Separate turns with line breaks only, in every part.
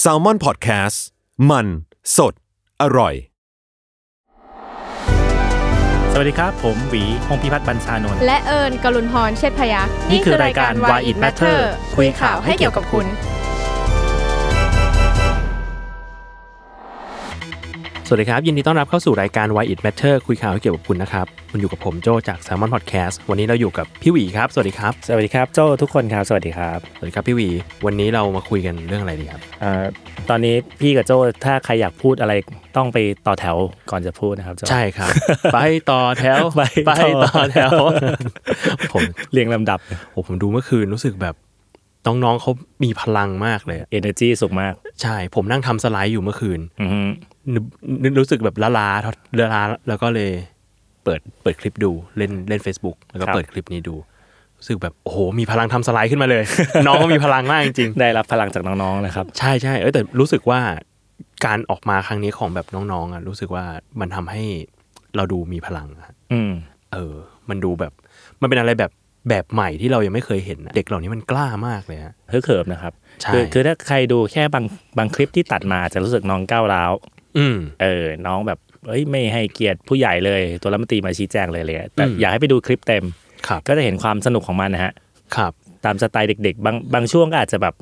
แซลมอนพอดแคสต์มันสดอร่อย
สวัสดีครับ ผมหวีพงพิพัฒน์บัญชานนท์
และเอิญกลุนพรเชษฐพยักษ์
นี่คือรายการ Why It Matter คุ
คุ
ย
ย
ข่า
ข่าว ว
ให้
ให้
เกี่
เกี่
ย
ยว วกั
กับบ คุ
คุณ ณ
สวัสดีครับ ยินดีต้อนรับเข้าสู่รายการ Why It Matter คุยข่าวให้เกี่ยวกับคุณนะครับคุณอยู่กับผมโจจาก s ซ l m o n Podcast วันนี้เราอยู่กับพี่หวีครับ สวัสดีครับ
สวัสดีครับโจทุกคนครับ สวัสดีครับ
สวัสดีครับพี่หวี วันนี้เรามาคุยกันเรื่องอะไรดีครับ
เอ่อตอนนี้พี่กับโจถ้าใครอยากพูดอะไรต้องไปต่อแถวก่อนจะพูดนะครับโจ
ใช่ครับ ไปต่อแถว
ไปต่อ
ต่อ แถว ผม
เรียงลำดับ
โอ้ผมดูเมื่อคืนรู้สึกแบบน้องๆเขามีพลังมากเลยอะ
energy สูงมาก
ใช่ ผมนั่งทำสไลด์อยู่เมื่อคืน
อือฮึ
นึกนึกรู้สึกแบบละลาละลาแล้วก็เลยเปิดเปิดคลิปดูเล่นเล่น Facebook แล้วก็เปิดคลิปนี้ดูรู้สึกแบบโอ้โหมีพลังทำสไลด์ขึ้นมาเลย น้องเขามีพลังมากจริงๆ
ได้รับพลังจากน้องๆนะครับ
ใช่ใช่เอ้ยแต่รู้สึกว่าการออกมาครั้งนี้ของแบบน้องๆอ่ะรู้สึกว่ามันทำให้เราดูมีพลังอะ
อืม
เออ มันดูแบบ มันเป็นอะไรแบบแบบใหม่ที่เรายังไม่เคยเห็นอะเด็กเหล่านี้มันกล้ามากเลยฮะ
ฮึกเหิมนะครับ
ใช่
คือคือถ้าใครดูแค่บางบางคลิปที่ตัดมาจะรู้สึกน้องก้าวร้าว
อืม
เออน้องแบบเอ้ยไม่ให้เกียรติผู้ใหญ่เลย ตัวรัฐมนตรีมาชี้แจงเลยเลยแต่
อืม
อยากให้ไปดูคลิปเต็ม
ครับ
ก็จะเห็นความสนุกของมันนะฮะ
ครับ
ตามสไตล์เด็ก ๆ บางบางช่วงก็อาจจะแบบ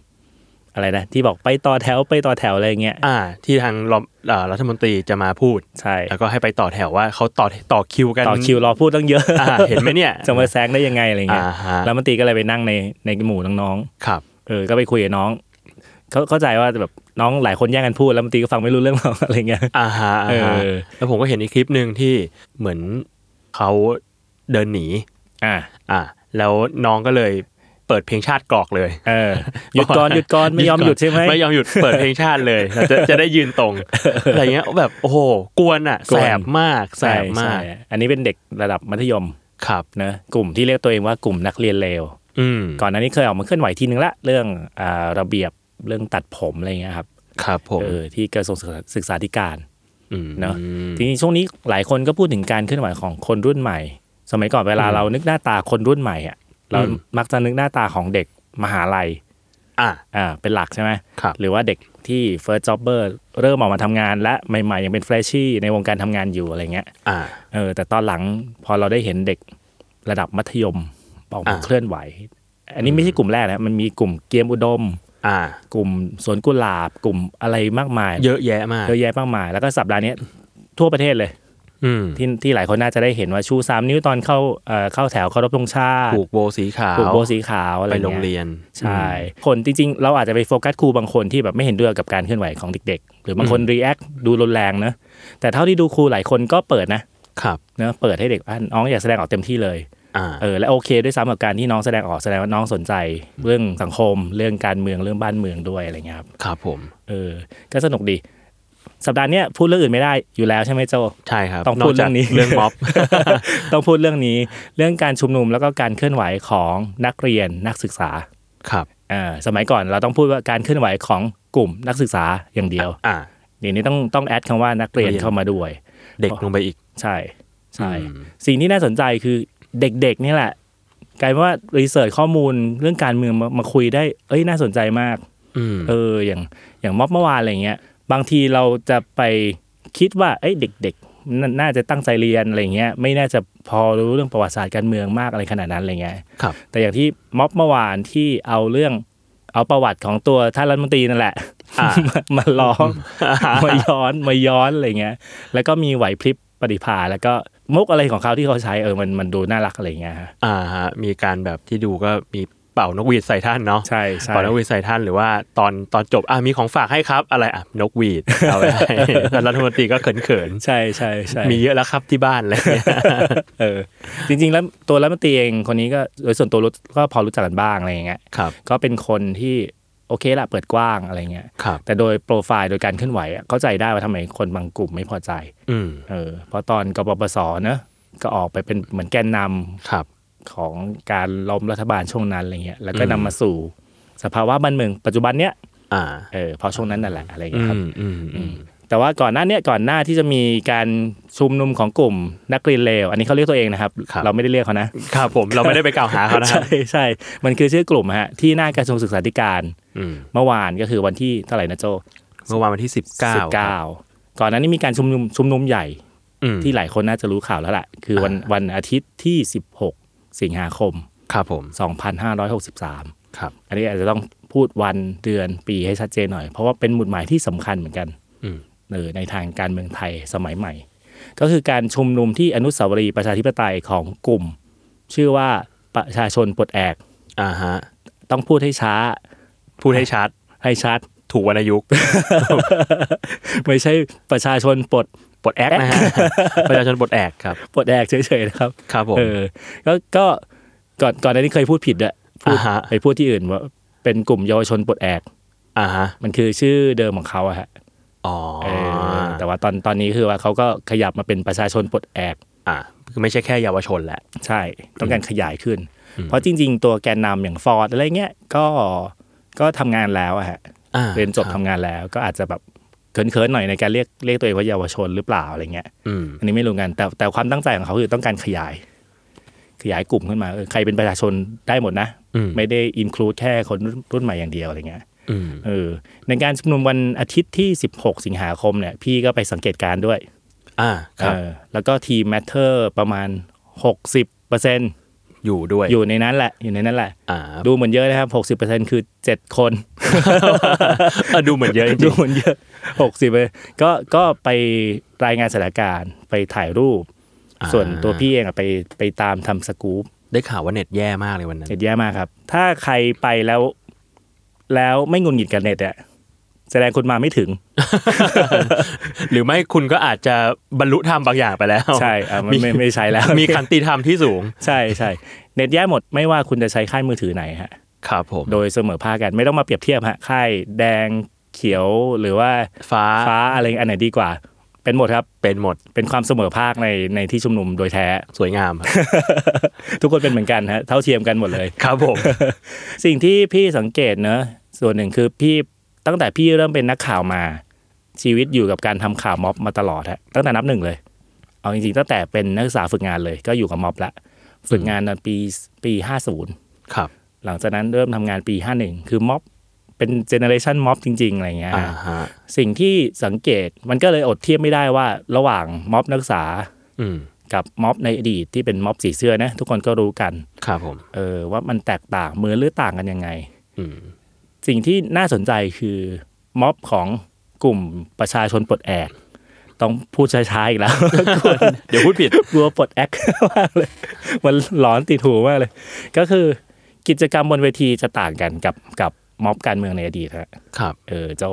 อะไรนะ ที่บอกไปต่อแถวไปต่อแถวอะไรอย่างเงี้ย
อ่า ที่ทางรอบเอ่อรัฐมนตรีจะมาพูด
ใช่
แล้วก็ให้ไปต่อแถวว่าเขาต่อต่อคิวกัน
ต่อคิวรอพูดตั้งเยอะ
อ่าเห็นไหมเนี่ย
จะมาแซงได้ยังไงอะไรเงี้ย
อ่าฮะ
แล้วมันตรีก็เลยไปนั่งในในหมู่น้อง
ครับ
ๆเออก็ไปคุยกับน้องเขาเข้าใจว่าแบบน้องหลายคนแย่งกันพูดแล้วมันตรีก็ฟังไม่รู้เรื่องหรอก อะไรเงี้ย
อ่าฮะอ่าฮะ
เออ
แล้วผมก็เห็นอีกคลิปหนึ่งที่เหมือนเขาเดินหนี
อ่า
อ่ะแล้วน้องก็เลยเปิดเพลงชาติกรอกเลย
เออหยุดก่อนหยุดก่อนไม่ยอมหยุดใช่ไหม
ไม่ยอมหยุดเปิดเพลงชาติเลยเราจะจะได้ยืนตรง อะไรเงี้ยแบบโอ้โหกวนอ่ะ
กวน
แสบมากแส
ใช่
บมาก
ใช่อันนี้เป็นเด็กระดับมัธยม
ครับ
นะกลุ่มที่เรียกตัวเองว่ากลุ่มนักเรียนเลว
อืม
ก่อนหน้านี้เคยออกมาเคลื่อนไหวทีนึงละเรื่องอาระเบียบเรื่องตัดผมอะไรเงี้ยครับ
ครับผม
เออที่กระทรวงศึกษาธิการ
ม
เนอะ ทีนี้ช่วงนี้หลายคนก็พูดถึงการเคลื่อนไหวของคนรุ่นใหม่ สมัยก่อนเวลาเรานึกหน้าตาคนรุ่นใหม่อะเรามักจะนึกหน้าตาของเด็กมหาลัย
อ่ะ
อ่าเป็นหลักใช่ไหม
ครับ
หรือว่าเด็กที่ first jobber เริ่มออกมาทำงานและใหม่ๆ ยังเป็น freshie ในวงการทำงานอยู่อะไรเงี้ย
อ่ะ
เออแต่ตอนหลังพอเราได้เห็นเด็กระดับมัธยมออกมา
อ่า
เคลื่อนไหว อันนี้ไม่ใช่กลุ่มแรกนะมันมีกลุ่มเกียมอุดม
อ่ะ
กลุ่มสวนกุหลาบกลุ่มอะไรมากมาย
เยอะแยะมาก
เยอะแยะมากมาย แล้วก็สัปดาห์เนี้ยทั่วประเทศเลย
อืม
ที่ที่หลายคนน่าจะได้เห็นว่าชูสามนิ้วตอนเข้าเอ่อเข้าแถวเคารพธงชาติ
ผูกโบสีขาว
ผูกโบสีขาวอะไร
ไป
เงี้ย
โรงเรียน
ใช่คนจริง ๆ เราอาจจะไปโฟกัสครูบางคนที่แบบไม่เห็นด้วยกับการเคลื่อนไหวของเด็กๆ หรือบางคนรีแอคดูรุนแรงนะแต่เท่าที่ดูครูหลายคนก็เปิดนะครับ เนอะเปิดให้เด็กอ่ะน้องอยากแสดงออกเต็มที่เลย
อ่ะ
เออและโอเคด้วยซ้ำกับการที่น้องแสดงออกแสดงว่าน้องสนใจ เรื่องสังคม เรื่องการเมืองเรื่องบ้านเมืองด้วยอะไรเงี้ยครับ
ครับผม
เออ ก็สนุกดี สัปดาห์เนี้ยพูดเรื่องอื่นไม่ได้อยู่แล้วใช่ไหมโจ
ใช่ครับ
ต้องพูด
กจาก
เรื่องนี้
เรื่องม็อบ
ต้องพูดเรื่องนี้ เรื่องการชุมนุมแล้วก็การเคลื่อนไหวของนักเรียนนักศึกษา
ครับ
อ่าสมัยก่อนเราต้องพูดว่าการเคลื่อนไหวของกลุ่มนักศึกษาอย่างเดียว
อ่ะ
เดี๋ยวนี้ต้องต้องแอดคำว่านักเรียน
เรียน
เข้ามาด้วย
เด็กลงไปอีก
ใช่ใช่
อืม
สิ่งที่น่าสนใจคือเด็กๆนี่แหละกลายเป็นว่ารีเสิร์ชข้อมูลเรื่องการเมืองมามาคุยได้เอ้ยน่าสนใจมาก
อืม
เอออย่างอย่างม็อบเมื่อวานอะไรเงี้ยบางทีเราจะไปคิดว่าเอ้ยเด็กๆนาน่าจะตั้งใจเรียนอะไรเงี้ยไม่น่าจะพอรู้เรื่องประวัติศาสตร์การเมืองมากอะไรขนาดนั้นอะไรเงี้ย
ครับ
แต่อย่างที่ม็อบเมื่อวานที่เอาเรื่องเอาประวัติของตัวท่านรัฐมนตรีนั่นแหละ
อ่ะ
มา มาล้อม มาย้อนมาย้อนอะไรเงี้ยแล้วก็มีไหวพริบปฏิภาณแล้วก็มุกอะไรของเขาที่เขาใช้เออมันมันดูน่ารักอะไรเงี้ยฮะ
อ่าฮะมีการแบบที่ดูก็มีเป่านกหวีดใส่ท่านเนาะ
ใช่ใช่
เป่านกหวีดใส่ท่านหรือว่าตอนตอนจบอ่ะมีของฝากให้ครับอะไรอ่ะนกหวีดเอาไปให้ ท่านรัฐมนตรีก็เขินเขิน
ใช่ใช่ใช่
ๆมีเยอะแล้วครับที่บ้านอะไรเลย
เออจริงๆแล้วตัวรัฐมนตรีเองคนนี้ก็โดยส่วนตัวรู้ก็พอรู้จักกันบ้างอะไรอย่างเงี้ย
ครับ
ก็เป็นคนที่โอเคละเปิดกว้างอะไรเงี้ย
ครับ
แต่โดยโปรไฟล์โดยการเคลื่อนไหวอะเข้าใจได้ว่าทำไมคนบางกลุ่มไม่พอใจ
อืม
เออเพราะตอนกบปสเนอะก็ออกไปเป็นเหมือนแกนนำ
ครับ
ของการล้มรัฐบาลช่วงนั้นอะไรเงี้ยแล้วก็
อืม
นำมาสู่ สภาวะบ้านเมืองปัจจุบันเนี้ย
อ่า
เออเพราะช่วงนั้นนั่นแหละอะไร
อื
เงี้ยครับ
มอืมอืม
แ แต่ว่าก่อนหน้าเนี้ยก่อนหน้าที่จะมีการชุมนุมของกลุ่มนักเรียนเลวอันนี้เขาเรียกตัวเองนะครับ
ครับ
เราไม่ได้เรียกเขานะ
ครับผมเราไม่ได้ไปกล่าวหาเขานะฮะ
ใช่ใช่มันคือชื่อกลุ่มฮะที่หน้ากระทรวงศึกษาธิการ
อืม
เมื่อวานก็คือวันที่เท่าไหร่นะโจ
เมื่อวานวันที่สิบเก้า
สิบเก้าก่อนหนั้านนี่มีการชุมนุมชุมนุมใหญ่
ที่
ที่หลายคนน่าจะรู้ข่าวแล้วล่ะ คือวันวันอาทิตย์ที่ 16 สิงหาคม
ครับผม
2563
ครับ
อันนี้อาจจะต้องพูดวันเดือนปีให้ชัดเจนหน่อย เพราะว่าเป็นหมุดหมายที่สำคัญเหมือนกัน
อืม
เออในทางการเมืองไทยสมัยใหม่ ก็คือการชุมนุมที่อนุสาวรีย์ประชาธิปไตยของกลุ่ม ชื่อว่าประชาชนปลดแอก
อ่าฮะ
ต้องพูดให้ช้า
พูดให้ชัด
ให้ชัด
ถูกวรรณยุกต์
ไม่ใช่ประชาชนปลด
ปลดแอกนะ ฮะ ประชาชนปลดแอกครับ
ปลดแอกเฉยๆนะครับ
ครับผม
เออก็ก็ก่อนก่อนหน้านี้เคยพูดผิดอะพูด
อ่าฮะ
ไปพูดที่อื่นว่าเป็นกลุ่มเยาวชนปลดแอก
อ่าฮะ
มันคือชื่อเดิมของเขาอะฮะ
อ๋อ
เออแต่ว่าตอนตอนนี้คือว่าเขาก็ขยับมาเป็นประชาชนปลดแอก
อ่าคือไม่ใช่แค่เยาวชนแหละ
ใช่ต้องการขยายขึ้น เพราะจริง ๆ ตัวแกนนำอย่างฟอร์ดอะไรเงี้ยก็ก็ทำงานแล้วอะฮะ
อ่า
เรียนจบ
ค
ทำ
รับ
งานแล้ว ก็อาจจะแบบเขินๆหน่อยในการเรียกเรียกตัวเองว่าเยาวชนหรือเปล่าอะไรเงี้ย
อืม
อันนี้ไม่รู้กันแต่แต่ความตั้งใจของเขาคือต้องการขยาย ขยายกลุ่มขึ้นมาเออใครเป็นประชาชนได้หมดนะ
อืม
ไม่ได้อินคลูดแค่คนรุ่นรุ่นใหม่อย่างเดียวอะไรเงี้ย
อืม
เออในการชุมนุมวันอาทิตย์ที่ 16 สิงหาคมเนี่ยพี่ก็ไปสังเกตการณ์ด้วย
อ่าครับ
เออแล้วก็ทีมแมทเทอร์ประมาณ 60%อ
อยู่ด้วย
อยู่ในนั้นแหละ อยู่ในนั้นแหละ
อ่า
ดูเหมือนเยอะนะครับ 60%คือ 7 คน
เออดูเหมือนเยอะจ
ดู
ริง
เหมือนเยอะ 60%ก็ก็ไปรายงานสถานการณ์ไปถ่ายรูป
ๆอ่า
ส่วนตัวพี่เองอะไปไปตามทำสกู๊ป
ได้ข่าวว่าเน็ตแย่มากเลยวันนั้น
เห็นแย่มากครับ ถ้าใครไปแล้ว แล้วไม่งุนหงิดกับเน็ตอะแสดงคุณมาไม่ถึง
หรือไม่คุณก็อาจจะบรรลุธรรมบางอย่างไปแล้ว
ใช่อ่ะมันไม่ไม่ใช้แล้ว
มีคันติธรรมที่สูง
ใช่ใช่เน็ตแย่หมดไม่ว่าคุณจะใช้ค่ายมือถือไหนฮะ
ครับผม
โดยเสมอภาคกันไม่ต้องมาเปรียบเทียบฮะค่ายแดงเขียวหรือว่า
ฟ้า
ฟ้าอะไรอันไหนดีกว่า เป็นหมดครับ
เป็นหมด
เป็นความเสมอภาคในในที่ชุมนุมโดยแท้
สวยงาม
ทุกคนเป็นเหมือนกันฮะเท่าเทียมกันหมดเลย
ครับผม
สิ่งที่พี่สังเกตเนอะส่วนหนึ่งคือพี่ตั้งแต่พี่เริ่มเป็นนักข่าวมา ชีวิตอยู่กับการทำข่าวม็อบมาตลอดฮะตั้งแต่นับหนึ่งเลย เอาจริงๆตั้งแต่เป็นนักศึกษาฝึกงานเลย ก็อยู่กับม็อบละฝึกงานตอนปีปีห้าศูนย์
ครับ
หลังจากนั้นเริ่มทำงานปี 51 คือม็อบเป็นเจเนอเรชันม็อบจริง ๆ อะไรเงี้ย
อ่าฮะ
สิ่งที่สังเกตมันก็เลยอดเทียบไม่ได้ว่าระหว่างม็อบนักศึกษา
อืม
กับม็อบในอดีตที่เป็นม็อบสีเสื้อนะทุกคนก็รู้กัน
ครับผม
เออว่ามันแตกต่างเหมือนหรือต่างกันยังไง
อืม
สิ่งที่น่าสนใจคือม็อบของกลุ่มประชาชนปลดแอก ต้องพูดช้าๆอีกแล้ว
เดี๋ยวพูดผิด
ก ลัวปลดแอค มากเลย มันหลอนติดหูมากเลย ก็คือกิจกรรมบนเวทีจะต่างกันกับกับม็อบการเมืองในอดีตฮะ
ครับ
เออเจ้า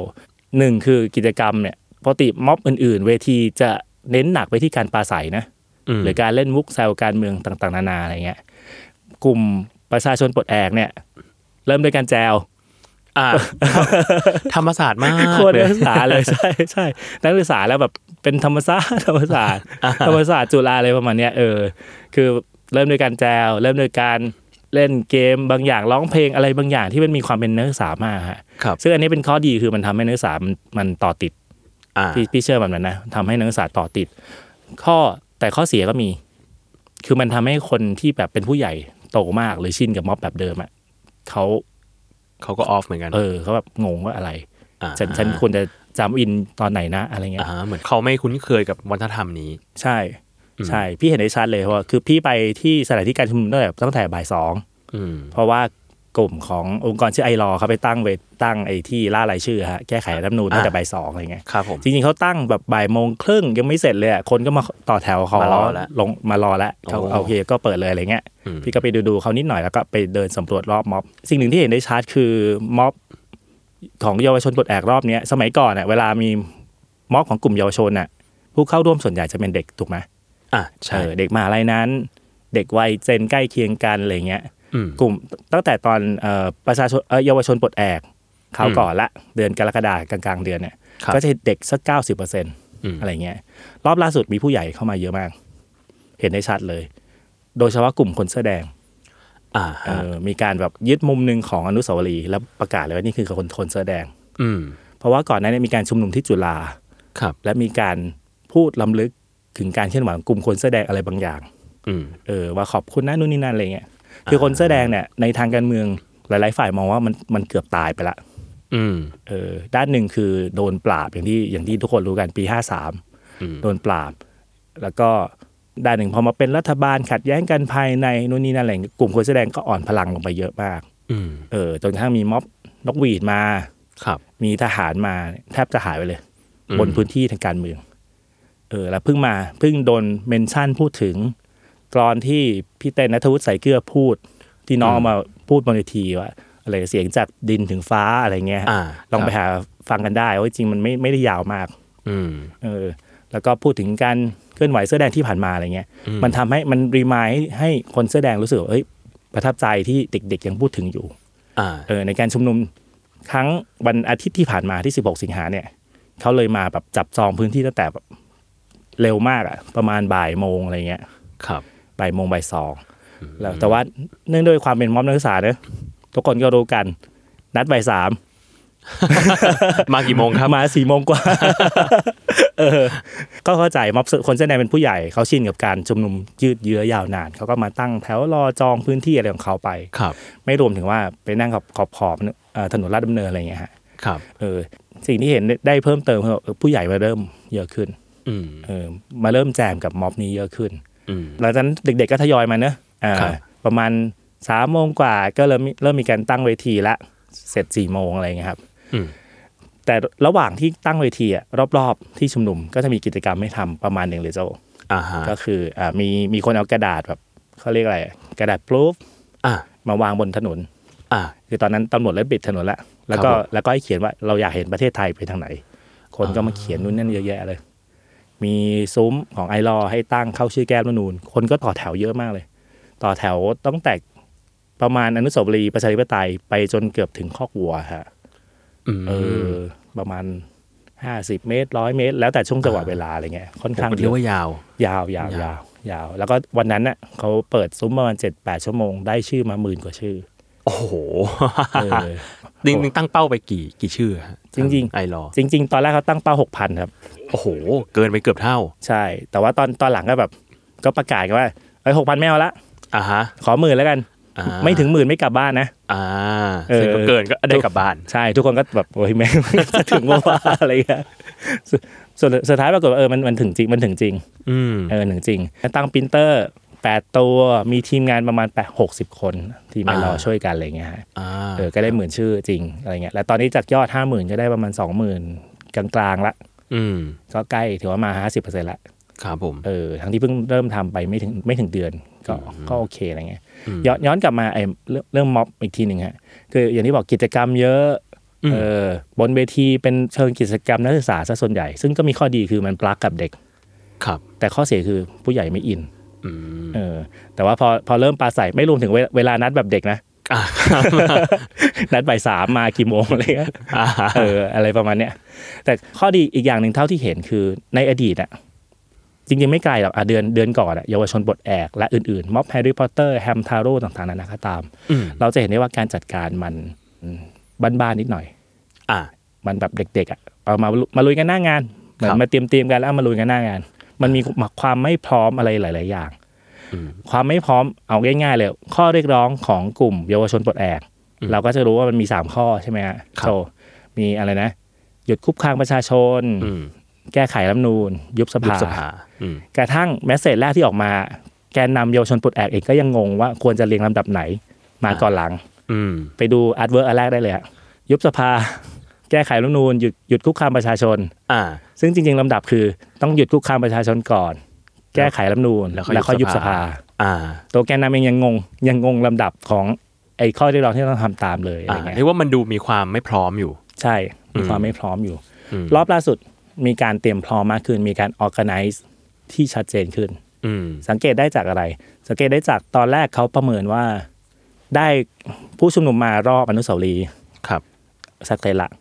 หนึ่งคือกิจกรรมเนี่ยปกติม็อบอื่น ๆ เวทีจะเน้นหนักไปที่การปราศัยนะ
อืม
หรือการเล่นมุกแซวการเมืองต่างๆ นานาอะไรเงี้ยกลุ่มประชาชนปลดแอกเนี่ย เริ่มด้วยการแจว
อ่าธรรมศาสตร์มาก
โคตรนักศึกษา เลยใช่ใช่นักศึกษาแล้วแบบเป็นธรรมศาสตร์ธรรมศาสตร์
อ่า
ธรรมศาสตร์จุฬาอะไรประมาณเนี้ยเออคือเริ่มด้วยการแจวเริ่มด้วยการเล่นเกมบางอย่างร้องเพลงอะไรบางอย่างที่มันมีความเป็นนักศึกษามากฮะ
ครับ
ซึ่งอันนี้เป็นข้อดีคือมันทำให้นักศึกษามันมันต่อติด
อ่า
พี่พี่เชื่อแบบนั้นนะทำให้นักศึกษาต่อติด ข้อแต่ข้อเสียก็มี คือมันทำให้คนที่แบบเป็นผู้ใหญ่โตมากหรือชินกับม็อบแบบเดิมอ่ะเขา
เขาก็ออฟเหมือนกัน
เออเขาแบบงงว่าอะไร
อ่า
ฉันฉันควรจะจำอินตอนไหนนะอะไรเงี้ย
อ่าเหมือนเขาไม่คุ้นเคยกับวัฒนธรรมนี้
ใช่ใช่ พี่เห็นได้ชัดเลยเพราะว่าคือพี่ไปที่สถานที่การชุมนุมตั้งแต่ตั้งแต่บ่ายสอง
อืม
เพราะว่ากลุ่มขององค์กรชื่อไอรอเขาไปตั้งเวทตั้งไอที่ล่ารายชื่อฮะแก้ไขรัฐธรรมนูญตั้งแต่บ่ายสองอะไรเงี้ย
ครับผม
จริงๆเขาตั้งแบบบ่ายโมงครึ่งยังไม่เสร็จเลยอะคนก็มาต่อแถวขอ
มารอแล้ว
ลงมารอแล้วเขา
โอ้
โอเคก็เปิดเลยอะไรเงี้ย
อืม
พี่ก็ไปดูดูๆเขานิดหน่อยแล้วก็ไปเดินสำรวจรอบม็อบ สิ่งหนึ่งที่เห็นได้ชัดคือม็อบของเยาวชนปลดแอกรอบเนี้ยสมัยก่อนอ่ะเวลามีม็อบของกลุ่มเยาวชนอ่ะผู้เข้าร่วมส่วนใหญ่จะเป็นเด็กถูกไหม
อ่า
เอ
ใช่
อเด็กมหาลัยนั้น เด็กวัยเจนใกล้เคียงกันอะไรเงี้ย
อืม
กลุ่มตั้งแต่ตอนเอ่อประชาชนเอ่อเยาวชนปลดแอกเขาวก่อนละเดือนกรกฎาคมกลางๆเดือนเนี่ย
ครับ
ก็จะเห็นเด็กสักเก้าสิบเปอร์เซ็นต์
ม
อะไรเงี้ยรอบล่าสุดมีผู้ใหญ่เข้ามาเยอะมาก เห็นได้ชัดเลย โดยเฉพาะกลุ่มคนเสื้อแดง
อ่า
เอ
ฮะ
อมีการแบบยึดมุมหนึ่งของอนุสาวรีย์แล้วประกาศเลยว่านี่คือคนคนเสื้อแดง
อืม
เพราะว่าก่อนหน้านี้มีการชุมนุมที่จุฬา
ครับ
และมีการพูดล้ำลึกถึงการเคลื่อนไหวของกลุ่มคนเสื้อแดงอะไรบางอย่าง
อืม
เออว่าขอบคุณนะนู่นนี่นั่นอะไรเงี้ยคือคนเสื้อแดงเนี่ยในทางการเมืองหลาย ๆ ฝ่ายมองว่ามันมันเกือบตายไปละ
อืม
เออด้านหนึ่งคือโดนปราบอย่างที่อย่างที่ทุกคนรู้กันปี
อืม
53 โดนปราบ แล้วก็ด้านหนึ่งพอมาเป็นรัฐบาลขัดแย้งกันภายในนู่นนี่นั่นอะไรเงี้ยกลุ่มคนเสื้อแดงก็อ่อนพลังลงไปเยอะมาก
อืม
เออจนกระทั่งมีม็อบนกหวีดมา
ครับ
มีทหารมาแทบจะหายไปเลย
อืม
บนพื้นที่ทางการเมือง เออ แล้วเพิ่งมาเพิ่งโดนเมนชั่นพูดถึงกรอนที่พี่เต้นนัทวุฒิใส่เกลือพูด ที่น้องเอามาพูดบนเวทีว่าอะไรเสียงจากดินถึงฟ้าอะไรเงี้ย
อ่า
ลองไป
ครับ
หาฟังกันได้ว่าจริงๆมันไม่ไม่ได้ยาวมาก
อืม
เออ แล้วก็พูดถึงการเคลื่อนไหวเสื้อแดงที่ผ่านมาอะไรเงี้ย
อืม
มันทำให้มันรีมายให้คนเสื้อแดงรู้สึกว่าเอ้ยประทับใจที่เด็ก ๆ ยังพูดถึงอยู่
อ่า
เออในการชุมนุมครั้งวันอาทิตย์ที่ผ่านมาที่ 16 สิงหาเนี่ยเขาเลยมาแบบจับจองพื้นที่ตั้งแต่แบบเร็วมากอะประมาณบ่ายโมงอะไรเงี้ย
ครับ
บ่ายโมงบ่ายสองแล้วแต่ว่าเนื่องด้วยความเป็นม็อบนักศึกษาเนอะทุกคนก็รู้กัน นัดบ่ายสาม
มากี่โมงครับ
มาสี่โมง กว่า เออก็เข้าใจม็อบคนเส้นแดงเป็นผู้ใหญ่เขาชินกับการชุมนุมยืดเยื้อยาวนานเขาก็มาตั้งแถวรอจองพื้นที่อะไรของเขาไป
ครับ
ไม่รวมถึงว่าไปนั่งขอบขอบขอบเอ่อถนนลาดดำเนินอะไรเงี้ยฮะ
ครับ
เออสิ่งที่เห็นได้เพิ่มเติมคือเออผู้ใหญ่มาเริ่มเยอะขึ้น
อืม
เออมาเริ่มแจมกับม็อบนี้เยอะขึ้น
อืม
หลังจากนั้นเด็กๆก็ทยอยมาเนอะอ่า
ครับ
ประมาณสามโมงกว่าก็เริ่มเริ่มมีการตั้งเวทีละเสร็จสี่โมงอะไรเงี้ยครับ
อืม
แต่ระหว่างที่ตั้งเวทีอะรอบๆที่ชุมนุมก็จะมีกิจกรรมให้ทำประมาณหนึ่งเลยเจ้า
อ่าฮะ
ก็คืออ่ามีมีคนเอากระดาษแบบเขาเรียกอะไร กระดาษพลูฟ
อ่าม
าวางบนถนน
อ่า
คือตอนนั้นตำรวจเริ่มปิดถนนละแล้วก็
ครับผม
แล้วก็ให้เขียนว่าเราอยากเห็นประเทศไทยไปทางไหน คนก็มาเขียนนู่นนั่นเยอะแยะเลย มีซุ้มของไอรอให้ตั้งเข้าชื่อแก้รัฐธรรมนูนคนก็ต่อแถวเยอะมากเลย ต่อแถวตั้งแต่ประมาณอนุสาวรีย์ประชาธิปไตยไปจนเกือบถึงคอกวัวฮะ
อืม
เอออประมาณห้าสิบเมตรร้อยเมตร แล้วแต่ช่วงจังหวะเวลาอะไรเงี้ยค่อน
ผม
ข้าง
เรียก
เยอะ
ว่ายาว
ยาวยาว
าย
ยาว ว ยาว แล้วก็วันนั้นน่ะเขาเปิดซุ้มประมาณเจ็ดแปดชั่วโมงได้ชื่อมาหมื่นกว่าชื่อ
โอ้โห
เอ อ
จริงๆตั้งเป้าไปกี่กี่ชื่อฮะ
จริงๆ
ไอรอ
จริง ๆ ตอนแรกเขาตั้งเป้าหกพันครับ
โอ้โห เกินไปเกือบเท่า
ใช่ แต่ว่าตอนตอนหลังก็แบบ ก็ประกาศกันว่าไอ้หกพันไม่เอาละ
อ่าฮะ
ขอหมื่นแล้วกัน
อ่า
ไม่ถึงหมื่นไม่กลับบ้านนะ
อ่า
เออ
ซึ่งก็เกินก็ได้กลับบ้าน
ใช่ ทุกคนก็แบบ โอ้ยแม่ง จะถึงว่าว่าอะไรเงี้ยสุดส่วนสุดท้ายปรากฏว่าเออมันมันถึงจริงมันถึงจริง
อืม
เออถึงจริงแล้วตั้งปรินเตอร์แปดตัวมีทีมงานประมาณแปดหกสิบคน ที่มารอ
อ่า
ช่วยกันอะไรเงี้ยฮะ
อ่า
เออก็ได้หมื่นชื่อจริงอะไรเงี้ยแล้วตอนนี้จากยอดห้าหมื่นก็ได้ประมาณสองหมื่นกลางๆละ
อืม
ก็ใกล้ถือว่ามาห้าสิบเปอร์เซ็นต์ละ
ครับผม
เออทั้งที่เพิ่งเริ่มทำไปไม่ถึงไม่ถึงเดือนก็ก็โอเคอะไรเงี้ยย้อนย้อนกลับมาไอ้เรื่องเรื่องม็อบอีกทีหนึ่งฮะคืออย่างที่บอกกิจกรรมเยอะ
อืม
เออบนเวทีเป็นเชิงกิจกรรมนักศึกษาซะส่วนใหญ่ ซึ่งก็มีข้อดีคือมันปลักกับเด็ก
ครับ
แต่ข้อเสียคือผู้ใหญ่ไม่อิน
อืม
เออแต่ว่าพอพอเริ่มปลาใสไม่รวมถึงเวลาเวลานัดแบบเด็กนะ
อ่า
นัดบ่ายสามมากี่โมงอะไรเงี้ย
อ่า
เอออะไรประมาณเนี้ยแต่ข้อดีอีกอย่างหนึ่งเท่าที่เห็นคือในอดีตอะจริงๆไม่ไกลหรอกอ่ะเดือนเดือนก่อนอะเยาวชนบทแอกและอื่นๆม็อบแฮร์รี่พอตเตอร์แฮมทาโร่ต่างๆนานาก็ตาม
อืม
เราจะเห็นได้ว่าการจัดการมันอืมบ้านๆนิดหน่อย
อ่า
มันแบบเด็กๆอะเอามามาลุยกันหน้างานเหมือ
ครั
น
บ
มาเตรียมเตรียมๆกันแล้วเอามาลุยกันหน้างาน มันมีความไม่พร้อมอะไรหลาย ๆ อย่าง
อืม
ความไม่พร้อมเอาง่าย ๆ เลย ข้อเรียกร้องของกลุ่มเยาวชนปลดแอก
อืม
เราก็จะรู้ว่ามันมีสามข้อใช่ไหมฮะ
ครับ
โจมีอะไรนะ หยุดคุกคามประชาชน
อืม
แก้ไขรัฐธรรมนูญ ยุบส
ยุบ
ภา
สภาอืม
กระทั่งแมสเซจแรกที่ออกมา แกนนำเยาวชนปลดแอกเองก็ยังงงว่าควรจะเรียงลำดับไหน มาก่อนหลัง
อืม
ไปดูอาร์ตเวิร์กอันแรกได้เลยฮะยุบสภา แก้ไขรัฐธรรมนูญหยุดหยุดคุกคามประชาชน
อ่า
ซึ่งจริงๆลำดับคือต้องหยุดคุกคามประชาชนก่อน แก้ไขรัฐธรรมนูญ
แล้วค่อย
แล้วค่อย
ยุ
ยุ
บบ ส
ส
ภา
ภา
อ่า
ตัวแกนนำเองยังงงยังงงลำดับของไอ้ข้อเรียกร้องที่ต้องทำตามเลยอะไร
อ่า
เงี้ย
เรียกว่ามันดูมีความไม่พร้อมอยู่
ใช่มีความ
อืม
ไม่พร้อมอยู่
ม
รอบล่าสุดมีการเตรียมพร้อมมากขึ้น มีการ organize ที่ชัดเจนขึ้น
อืม
สังเกตได้จากอะไร สังเกตได้จากตอนแรกเขาประเมินว่า ได้ผู้ชุมนุมมารอบอนุสาวรีย์
ครับ
สักเซนละ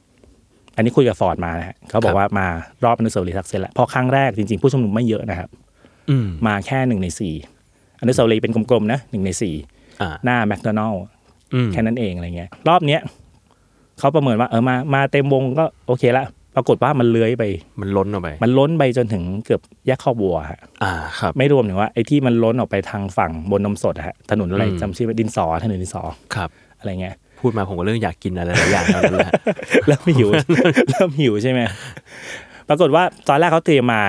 อันนี้คุยกับฟอร์ดมานะฮะเขาบ
ค
อ
รั
ก
บ
ว่ามารอบอนุสาวรีย์สักเซนละเพอครั้งแรกจริงๆผู้ชุมนุมไม่เยอะนะครับ
อืม
มาแค่หนึ่งในสี่อนุสาวรีย์เป็นกลมๆนะหนึ่งในสี่
อ่า
หน้าแมคโดนัล
อืม
แค่นั้นเองอะไรเงี้ยรอบเนี้ยเขาประเมินว่าเออมามาเต็มวงก็โอเคละ ป ปรากฏว่ามันเลื้อยไป
มันล้นออกไป
มันล้นไปจนถึงเกือบแยกข้อกบัวฮะ
อ่าครับ
ไม่รวมถึงว่าไอ้ที่มันล้นออกไปทางฝั่งบนนมสดฮะถนนอะไร
อืม
จำชื่อไม่ดินสอถนนดินสอ
ครับ
อะไรเงี้ย
พูดมาผมก็เรื่องอยากกินอะไรห ลายอย่างแล้วนั่นแหละ
เริ่ม หิว เริ่มหิวใช่ไหมปรากฏว่าตอนแรกเขาเตรียมมา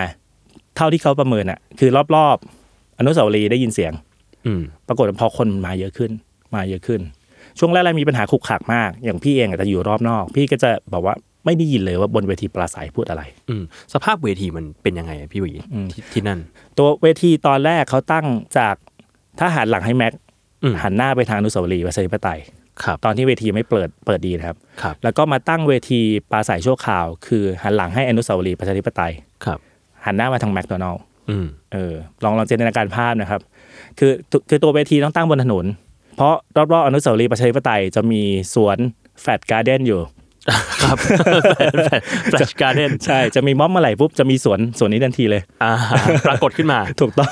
เท่าที่เขาประเมินอะคือรอบๆ อนุสาวรีย์ได้ยินเสียง
อืม
ปรากฏว่าพอคนมาเยอะขึ้น มาเยอะขึ้น ช่วงแรกๆมีปัญหาขลุกขลักมาก อย่างพี่เองอาจจะอยู่รอบนอก พี่ก็จะบอกว่าไม่ได้ยินเลยว่าบนเวทีปราศัยพูดอะไร
อืม สภาพเวทีมันเป็นยังไงอะพี่หวี
อืม
ที่ที่นั่น
ตัวเวทีตอนแรกเขาตั้งจากถ้าหันหลังให้แม็ก
อืม
หันหน้าไปทางอนุสาวรีย์ประชาธิปไตย
ครับ
ตอนที่เวทียังไม่เปิดเปิดดีนะครับ
ครับ
แล้วก็มาตั้งเวทีปราศัยชั่วคราว คือหันหลังให้อนุสาวรีย์ประชาธิปไตย
ครับ
หันหน้ามาทางแม d โดนัล s
อืม
เออลองลองจินตนาการภาพนะครับ คือตัวคือตัวเวทีต้องตั้งบนถนน เพราะรอบๆอนุสาวรีย์ประชาธิปไตยจะมีสวนแฟลตการ์เด้นอยู่
ครับ แฟลชการ์เด้น
ใช่ จะมีม็อบเมื่อไหร่ปุ๊บ จะมีสวนสวนนี้ทันทีเลย
อ่าปรากฏขึ้นมา
ถูกต้อง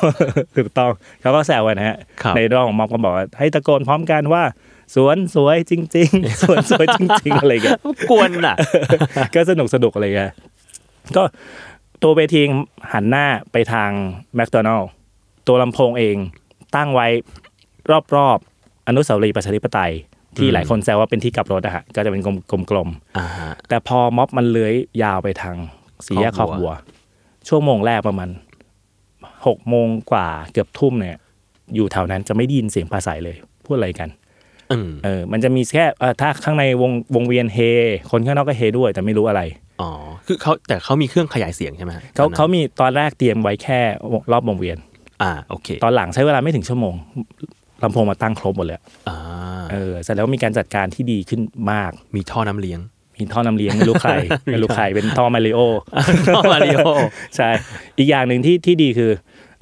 ถูกต้องเขาก็แซวกันนะฮะ
ครับ
ในเรื่องของม็อบก็บอกว่าให้ตะโกนพร้อมกันว่า สวนสวยจริง ๆ สวนสวยจริง ๆ อะไรกัน
กวนอ่ะ
ก็สนุกสนุกอะไรเงี้ยก็ตัวเวทีหันหน้าไปทางแมคโดนัลตัวลำโพงเองตั้งไว้รอบๆ อนุสาวรีย์ประชาธิปไตย ที่
อืม
หลายคนแซวว่าเป็นที่กลับรถอะฮะก็จะเป็นกลม
อ่าฮะ
ๆ แต่พอม็อบมันเลื้อยยาวไปทางสีแยกค
คร
อ
อ
บบ
บั
บัว
ว
ชั่วโมงแรกประมาณหกโมงกว่าเกือบทุ่มเนี่ย อยู่แถวนั้นจะไม่ได้ยินเสียงภาษาเลย พูดอะไรกัน
อืม
เออมันจะมีแค่เอ่อถ้าข้างในวงวงเวียนเฮ คนข้างนอกก็เฮด้วย แต่ไม่รู้อะไร
อ๋อ คือเขาแต่เขามีเครื่องขยายเสียงใช่ไหมฮะ
เขา
ตอนนั้น
เขามีตอนแรกเตรียมไว้แค่รอบวงเวียน
อ่า โอเค
ตอนหลังใช้เวลาไม่ถึงชั่วโมงลำโพงมาตั้งครบหมดเลย
อ่า
เออเสร็จแล้วมีการจัดการที่ดีขึ้นมาก
มีท่อน้ำเลี้ยง
มีท่อน้ำเลี้ยงไม่รู้ใคร ไม่รู้ใครเป็นท่อมาริโอ
ท่อมาริโอ
ใช่ อีกอย่างหนึ่งที่ที่ดีคือ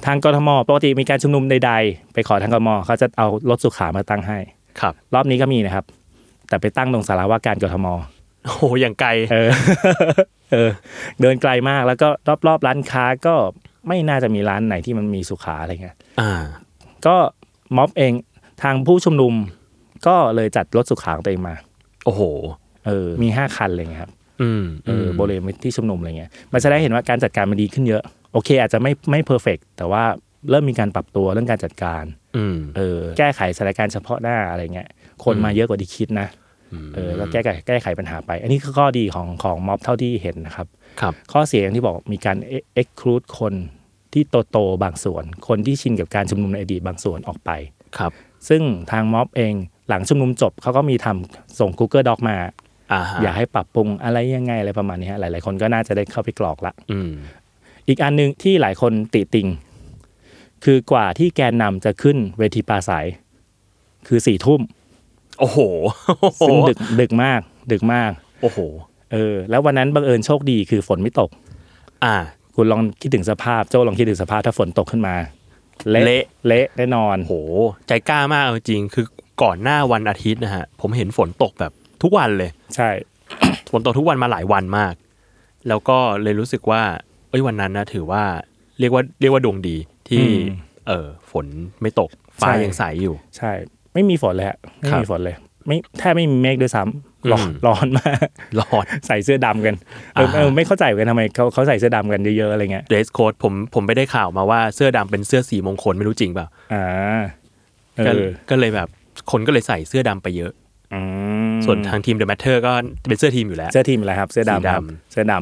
ทางกทมปกติมีการชุมนุมใดๆ ไปขอทางกทมเขาจะเอารถสุขามาตั้งให้
ครับ
รอบนี้ก็มีนะครับ แต่ไปตั้งตรงสาราว่าการกทม
โอ้โหอย่างไกล
เออ เออ เดินไกลมากแล้วก็รอบๆร้านค้าก็ไม่น่าจะมีร้านไหนที่มันมีสุขาอะไรเงี้ย
อ่า
ก็ม็อบเองทางผู้ชุมนุมก็เลยจัดรถสุขาของตัวเองมา
โอ้โห
เออ มีห้าคันอะไรเงี้ยครับ
อืม
เอออบริเวณที่ชุมนุมอะไรเงี้ย มันจะได้เห็นว่าการจัดการมันดีขึ้นเยอะ โอเค อาจจะไม่ไม่เพอร์เฟกแต่ว่าเริ่มมีการปรับตัวเรื่องการจัดการ
อืม
เออ แก้ไขสถานการณ์เฉพาะหน้าอะไรเงี้ย คนมาเยอะกว่าที่คิดนะ เออ แล้วแก้ไขแก้ไขปัญหาไป อันนี้คือข้อดีของของม็อบเท่าที่เห็นนะครับ
ครับ
ข้อเสียอย่างที่บอกมีการเอ็กคลูดคนที่โตโตๆบางส่วน คนที่ชินกับการชุมนุมในอดีตบางส่วนออกไป
ครับ
ซึ่งทางม็อบเองหลังชุมนุมจบเขาก็มีทำส่ง Google Doc มา
อ่าฮะ
อยากให้ปรับปรุงอะไรยังไงอะไรประมาณนี้ฮะหลาย ๆ คนก็น่าจะได้เข้าไปกรอกละ
อืม
อีกอันหนึ่งที่หลายคนติติง คือกว่าที่แกนนำจะขึ้นเวทีปราศัย คือสี่ทุ่ม
โอ้โห
ซึ่งดึกดึกมากดึกมาก
โอ้โห
เออแล้ววันนั้นบังเอิญโชคดีคือฝนไม่ตก
อ่า
คุณลองคิดถึงสภาพโจ้ลองคิดถึงสภาพถ้าฝนตกขึ้นมา
เละ
เละแน่นอน
โอ้โห ใจกล้ามากเอาจริง คือก่อนหน้าวันอาทิตย์นะฮะ ผมเห็นฝนตกแบบทุกวันเลย
ใช่
ฝนตกทุกวันมาหลายวันมาก แล้วก็เลยรู้สึกว่า เอ้ยวันนั้นนะถือว่าเรียกว่าเรียกว่าดวงดีที่ เออฝนไม่ตกฟ้ายังใสอยู่
ใช่ ไม่มีฝนเลยฮะไม่
ครับ
มีฝนเลย ไม่แทบไม่มีเมฆด้วยซ้ำร้อ
อื
น
ม
ร้อนมาก
ร้อน
ใส่เสื้อดำกันเออ
อ่า
เออไม่เข้าใจเหมือนกันทำไมเขาเขาใส่เสื้อดำกันเยอะๆอะไรเงี้ย
เดรสโค้ดผมผมไปได้ข่าวมาว่าเสื้อดำเป็นเสื้อสีมงคลไม่รู้จริงเปล่า
อ่าเอ
ก็
อ
ก็เลยแบบคนก็เลยใส่เสื้อดำไปเยอะ
อืม
ส่วนทางทีม The Matter ก็เป็นเสื้อทีมอยู่แล้ว
เสื้อทีมอะไรครับ เสื้อ
สีดำ
ดำครับเสื้อด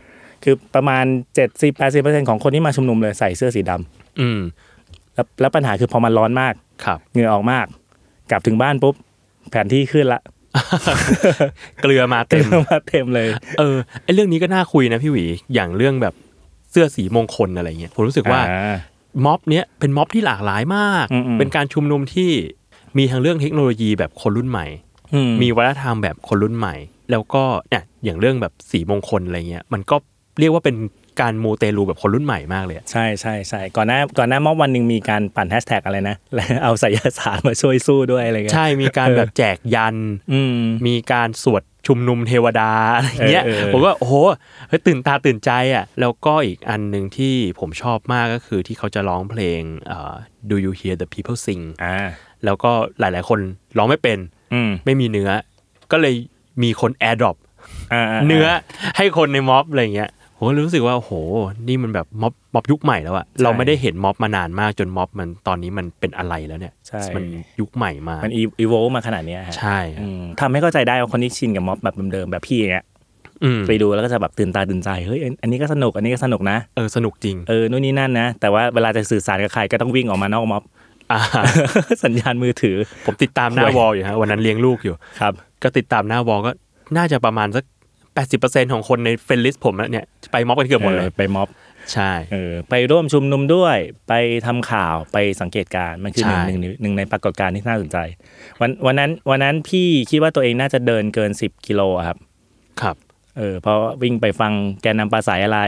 ำคือประมาณ 70-80%ของคนที่มาชุมนุมเลยใส่เสื้อสีดำ
อืม
แล้วแล้วปัญหาคือพอมันร้อนมาก
ครับ
เหงื่อออกมาก กลับถึงบ้านปุ๊บ แผนที่ขึ้นละ
เกลือมา
เต็
เต็
ม
ม
มา เต็มเลย
เออไอเรื่องนี้ก็น่าคุยนะพี่หวีอย่างเรื่องแบบเสื้อสีมงคลอะไรเงี้ยผมรู้สึกว่า
อ่
ม็อบเนี้ยเป็นม็อบที่หลากหลายมาก
อืมๆ
เป็นการชุมนุมที่มีทั้งเรื่องเทคโนโลยีแบบคนรุ่นใหม่
อื
มีวัฒนธรรมแบบคนรุ่นใหม่ แล้วก็เนี่ยอย่างเรื่องแบบสีมงคลอะไรเงี้ยมันก็เรียกว่าเป็นการมูเตลูแบบคนรุ่นใหม่มากเลยอะ
ใช่ใช่ใช่ก่อนหน้าก่อนหน้ามอบวันหนึ่งมีการปั่นแฮชแท็กอะไร นะแล้วเอาไสยศาสตร์มาช่วยสู้ด้วยอะไรเงี้ย
ใช่มีการแบบแจกยัน
อืม
มีการสวดชุมนุมเทวดาอะไรเงี้ย
เออเออ
ผมว่าโอ้โหเฮ้ยตื่นตาตื่นใจอ่ะแล้วก็อีกอันหนึ่งที่ผมชอบมากก็คือที่เขาจะร้องเพลงเอ่อ Do You Hear the People Sing
อ่า
แล้วก็หลายๆ คนร้องไม่เป็น
อืม
ไม่มีเนื้อ ก็เลยมีคนแอร์ดรอป
อ่า
เนื้อให้คนในม็อบอะไรเงี้ยโหรู้สึกว่าโหนี่มันแบบม็อบม็อบยุคใหม่แล้วอะเราไม่ได้เห็นม็อบมานานมากจนม็อบมันตอนนี้มันเป็นอะไรแล้วเนี่ย
ใช่
มันยุคใหม่มาก
มันอีโวมาขนาดเนี้ยฮะ
ใช่
อืมทำให้เข้าใจได้ว่าคนที่ชินกับม็อบแบบเดิมๆแบบพี่อย่างเงี้ย
อืม
ไปดูแล้วก็จะแบบตื่นตาตื่นใจเฮ้ยอันอันนี้ก็สนุกอันนี้ก็สนุกนะ
เออสนุกจริง
เออนู่นนี่นั่นนะ แต่ว่าเวลาจะสื่อสารกับใครก็ต้องวิ่งออกมานอกม็อบ
อ่า
สัญญาณมือถือ
ผมติดตามหน้าวอลอยู่ฮะวันนั้นเลี้ยงลูกอยู่
ครับ
ก็ติดตามหน้าวอลก็น่าจะประมาณสัก 80%ของคนในเฟนลิสผมแล้วเนี่ยไปม็อบกันเกือบหมดเลย
ไปม็อบ
ใช่
เออไปร่วมชุมนุมด้วยไปทำข่าวไปสังเกตการณ์มันคือห
ใช่
นึ่งหนึ่งหนึ่งในปรากฏการณ์ที่น่าสนใจ วันวันนั้นวันนั้นพี่คิดว่าตัวเองน่าจะเดินเกิน 10 กิโลอะครับ
ครับ
เออเพราะวิ่งไปฟังแกนนำปราศรัยอะไร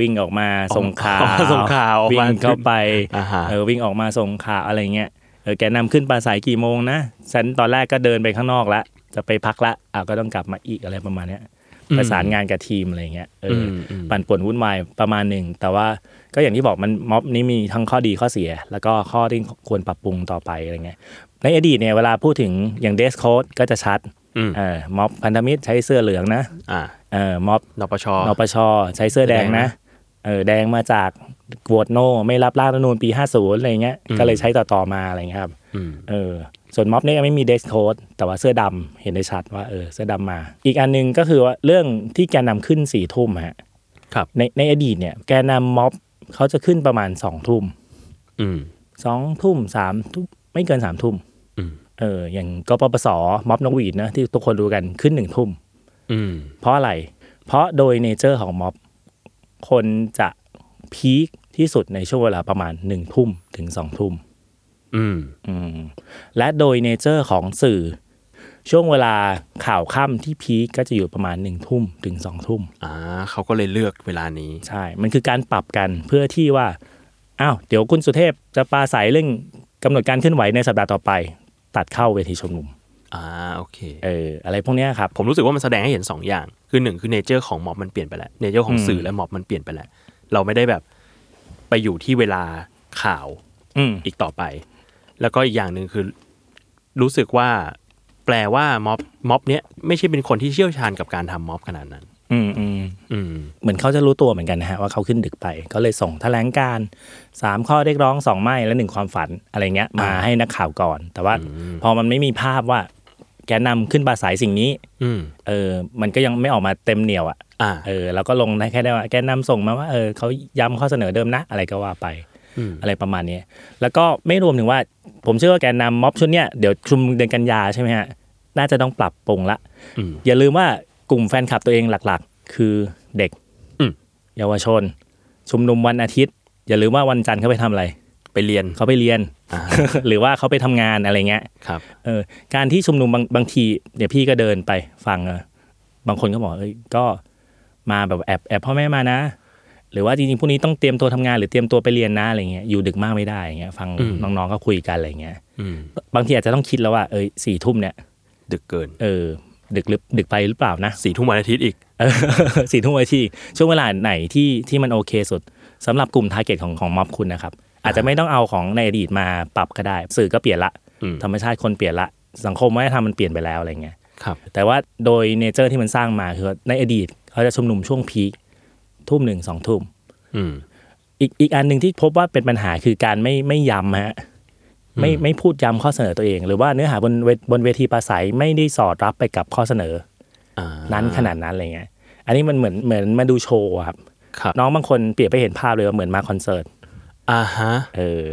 วิ่งออกมาส่งข่าว
ออกมาส่งข่าวออกมา
วิ่งเข้าไป
อ่าฮะ
เออวิ่งออกมาส่งข่าวอะไรเงี้ยเออแกนนำขึ้นปราศรัยกี่โมงนะฉันตอนแรกก็เดินไปข้างนอกละจะไปพักละอ่ะก็ต้องกลับมาอีกอะไรประมาณเนี้ยประสานงานกับทีมอะไรเงี้ยเอออ
มอืม
ปั่นป่วนวุ่นวายประมาณหนึ่ง แต่ว่าก็อย่างที่บอกมันม็อบนี้มีทั้งข้อดีข้อเสีย แล้วก็ข้อที่ควรปรับปรุงต่อไปอะไรเงี้ยในอดีตเนี่ยเวลาพูดถึงอย่างเดสโคดก็จะชัด
อืม
เออม็อบพันธมิตรใช้เสื้อเหลืองนะ
อ่า
เออม็อบ
นปช
นปชใช้เสื้อแดง
แดง
นะ
นะ
เออแดงมาจากโหวตโนไม่รับร่างรัฐธรรมนูญปี 50อะไรเงี้ย
อืม
ก็เลยใช้ต่อๆมาอะไรเงี้ยครับ
อืม
เออส่วนม็อบเนี่ยไม่มีเดสโคดแต่ว่าเสื้อดำเห็นได้ชัดว่าเออเสื้อดำมา อีกอันหนึงก็คือว่าเรื่องที่แกนนำขึ้นสี่ทุ่มฮะ
ครับ
ในในอดีตเนี่ยแกนนำม็อบเขาจะขึ้นประมาณสองทุ่ม
อืม
สองทุ่มสามทุ่มไม่เกินสามทุ่ม
อืม
เอออย่างกปปสม็อบนกหวีดนะที่ทุกคนดูกันขึ้นหนึ่งทุ่ม
อืม
เพราะอะไร เพราะโดยเนเจอร์ของม็อบ คนจะพีคที่สุดในช่วงเวลาประมาณหนึ่งทุ่มถึงสองทุ่ม
อืม
อืมและโดยเนเจอร์ของสื่อ ช่วงเวลาข่าวค่ำที่พีคก็จะอยู่ประมาณหนึ่งทุ่มถึงสองทุ่ม
อ่าเขาก็เลยเลือกเวลานี้
ใช่ มันคือการปรับกันเพื่อที่ว่า อ้าว เดี๋ยวคุณสุเทพจะปราศัยเรื่องกำหนดการเคลื่อนไหวในสัปดาห์ต่อไป ตัดเข้าเวทีชุมนุม
อ่าโอเค
เออ อะไรพวกเนี้ยครับ
ผมรู้สึกว่ามันแสดงให้เห็นสองอย่าง คือหนึ่งคือเนเจอร์ของม็อบมันเปลี่ยนไปแล้วเนเจอร์ของ
อืม
สื่อและม็อบมันเปลี่ยนไปแล้ว เราไม่ได้แบบไปอยู่ที่เวลาข่าว
อืม
อีกต่อไป แล้วก็อีกอย่างหนึ่งคือรู้สึกว่าแปลว่าม็อบม็อบเนี้ยไม่ใช่เป็นคนที่เชี่ยวชาญกับการทำม็อบขนาดนั้น
อืมอืม
อืม
เหมือนเขาจะรู้ตัวเหมือนกันนะฮะว่าเขาขึ้นดึกไป ก็เลยส่งแถลงการณ์สามข้อเรียกร้องสองไม่และหนึ่งความฝันอะไรเงี้ย มา
อ่า
ให้นักข่าวก่อน แต่ว่าพอมันไม่มีภาพว่า แกนนำขึ้นปราศัยสิ่งนี้
อืม
เออ มันก็ยังไม่ออกมาเต็มเหนียวอ่ะ
อ่า
เออเราก็ลงได้แค่ได้ว่าแกนนำส่งมาว่าเออเขาย้ำข้อเสนอเดิมนะ อะไรก็ว่าไป
อืม
อะไรประมาณนี้ แล้วก็ไม่รวมถึงว่า ผมเชื่อว่าแกนนำม็อบชุดเนี้ยเดี๋ยวชุมนุมเดือนกันยาใช่ไหมฮะ น่าจะต้องปรับปรุงละ
อืม
อย่าลืมว่ากลุ่มแฟนคลับตัวเองหลักๆ คือเด็ก
อืม
เยาวชน ชุมนุมวันอาทิตย์ อย่าลืมว่าวันจันทร์เขาไปทำอะไร
ไปเรียน
เขาไปเรียน
อ่า
หรือว่าเขาไปทำงานอะไรเงี้ย
ครับ
เออการที่ชุมนุมบางบางทีเดี๋ยวพี่ก็เดินไปฟังเออบางคนก็บอกเอ้ยก็มาแบบแอบแอบพ่อแม่มานะ หรือว่าจริงๆพวกนี้ต้องเตรียมตัวทำงานหรือเตรียมตัวไปเรียนนะอะไรเงี้ยอยู่ดึกมากไม่ได้อย่างเงี้ยฟัง
อืม
น้องๆก็คุยกันอะไรเงี้ย
อืม
บางทีอาจจะต้องคิดแล้วว่าเอ้ยสี่ทุ่มเนี่ย
ดึกเกิน
เออดึกหรือดึกไปหรือเปล่านะ
สี่ทุ่มวันอาทิตย์อีก
เออ สี่ทุ่มไว้ที่ช่วงเวลาไหนที่ที่มันโอเคสุดสำหรับกลุ่มทาร์เก็ตของของม็อบคุณนะครับ อาจจะไม่ต้องเอาของในอดีตมาปรับก็ได้ สื่อก็เปลี่ยนละ
อืม
ธรรมชาติคนเปลี่ยนละสังคมวัฒนธรรมมันเปลี่ยนไปแล้วอะไรเงี้ย
ครับ
แต่ว่าโดยเนเจอร์ที่มันสร้างมาคือในอดีตเขาจะชุมนุมช่วงพีคทุ่มหนึ่งสองทุ่ม
อืม
อีกอีกอันหนึ่งที่พบว่าเป็นปัญหาคือการไม่ไม่ย้ำฮะไม่ไม่พูดย้ำข้อเสนอตัวเอง หรือว่าเนื้อหาบนเวบนเวทีปราศัยไม่ได้สอดรับไปกับข้อเสนอ
อ่า
นั้นขนาดนั้นอะไรเงี้ยอันนี้มันเหมือนเหมือนมาดูโชว์อะครับ
ครับ
น้องบางคนเปรียบไปเห็นภาพเลยว่าเหมือนมาคอนเสิร์ต
อ่าฮะ
เออ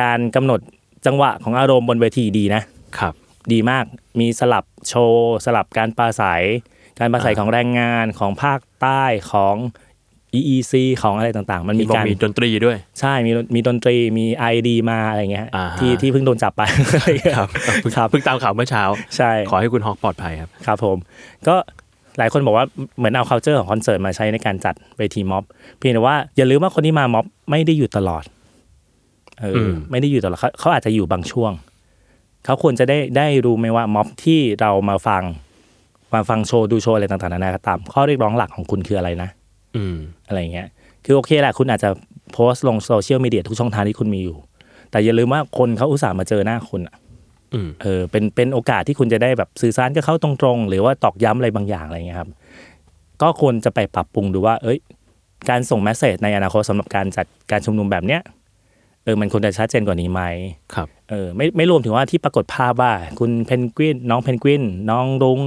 การกำหนดจังหวะของอารมณ์บนเวทีดีนะ
ครับ
ดีมาก มีสลับโชว์ สลับการปราศัย การปราศัย
อ่า
ของแรงงานของภาคใต้ของ EEC ของอะไรต่างๆ มันมี
มีบอก
การ
มีดนตรีด้วย
ใช่มีมีดนตรีมี ID มาอะไรเงี้ย
อ่าฮะ
ที่ที่เพิ่งโดนจับไป
ครับเพิ่ง
ครับ
เพิ่งตามข่าวเมื่อเช้า
ใช่
ขอให้คุณฮอกปลอดภัยครับ
ครับผม ก็หลายคนบอกว่าเหมือนเอา c u เจอร์ของคอนเสิร์ตมาใช้ในการจัดเวทีม็อบเพียงแต่ว่าอย่าลืมว่าคนที่มาม็อบไม่ได้อยู่ตลอดเอออ
ม
ไม่ได้อยู่ตลอดเขาเขาอาจจะอยู่บางช่วง เขาควรจะได้ได้รู้ไหมว่าม็อบที่เรามาฟังมาฟังโชว์ดูโชว์อะไรต่างๆนานาก็ตาม ข้อเรียกร้องหลักของคุณคืออะไรนะ
อืม
อะไรอย่างเงี้ย คือโอเคแหละคุณอาจจะโพสต์ลงโซเชียลมีเดียทุกช่องทางที่คุณมีอยู่ แต่อย่าลืมว่าคนเขาอุตส่าห์มาเจอหน้าคุณอะ
อืม
เออเป็นเป็นโอกาสที่คุณจะได้แบบสื่อสารกับเขาตรงๆ หรือว่าตอกย้ำอะไรบางอย่างอะไรเงี้ยครับ ก็ควรจะไปปรับปรุงดูว่า เอ้ย การส่งแมสเซจในอนาคตสำหรับการจัดการชุมนุมแบบเนี้ยเออมันควรจะชัดเจนกว่านี้ไหม
ครับ
เออไม่ไม่รวมถึงว่าที่ปรากฏภาพว่า คุณเพนกวินน้องเพนกวินน้องรุง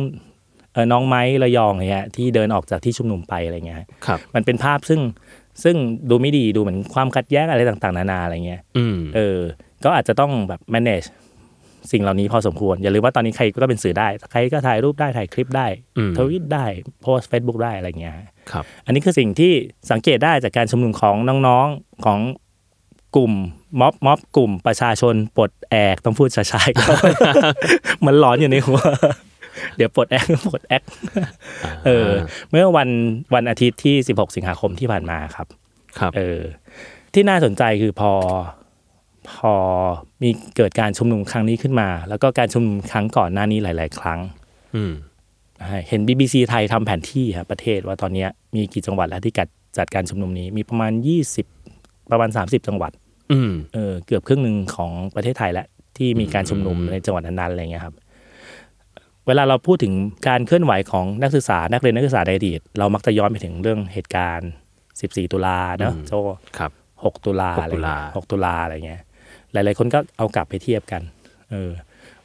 เออน้องไม้ระยองอะไรเงี้ยที่เดินออกจากที่ชุมนุมไปอะไรเงี้ยฮะ
ครับ
มันเป็นภาพซึ่งซึ่งดูไม่ดีดูเหมือนความขัดแย้งอะไรต่างๆ นานาอะไรเงี้ย
อืม
เออ ก็อาจจะต้องแบบ manage สิ่งเหล่านี้พอสมควร อย่าลืมว่าตอนนี้ใครก็เป็นสื่อได้ ใครก็ถ่ายรูปได้ถ่ายคลิปได้
อืม
ทวิตได้โพสเฟซบุ๊กได้อะไรเงี้ยฮะ
ครับ
อันนี้คือสิ่งที่สังเกตได้จากการชุมนุมของน้องๆของกลุ่มม็อบม็อบกลุ่มประชาชนปลดแอกต้องพูดช้าๆก็ มันหลอนอยู่ในหัว เดี๋ยวปลดแอกปลดแอกเออ เมื่อวันวันอาทิตย์ที่ 16 สิงหาคมที่ผ่านมาครับ
ครับ
เออ ที่น่าสนใจคือพอพอมีเกิดการชุมนุมครั้งนี้ขึ้นมา แล้วก็การชุมนุมครั้งก่อนหน้านี้หลาย ๆ ครั้ง
อืม
ใช่เห็น BBC ไทยทำแผนที่ครับประเทศว่าตอนเนี้ยมีกี่จังหวัดแล้วที่กัดจัดการชุมนุมนี้มีประมาณ 20 ประมาณ 30 จังหวัด
อืม
เออเกือบครึ่งหนึ่งของประเทศไทยแล้วที่มีการชุมนุม
อืม
ในจังหวัดนั้นๆอะไรเงี้ยครับเวลาเราพูดถึงการเคลื่อนไหวของนักศึกษานักเรียนนักศึกษาในอดีตเรามักจะย้อนไปถึงเรื่องเหตุการณ์ 14 ตุลาเนอะโจ
ครับ
6ตุลา
หก
อะไร
ตุลา
เงี้ย6ตุลาอะไรเงี้ยหลายๆคนก็เอากลับไปเทียบกันเออ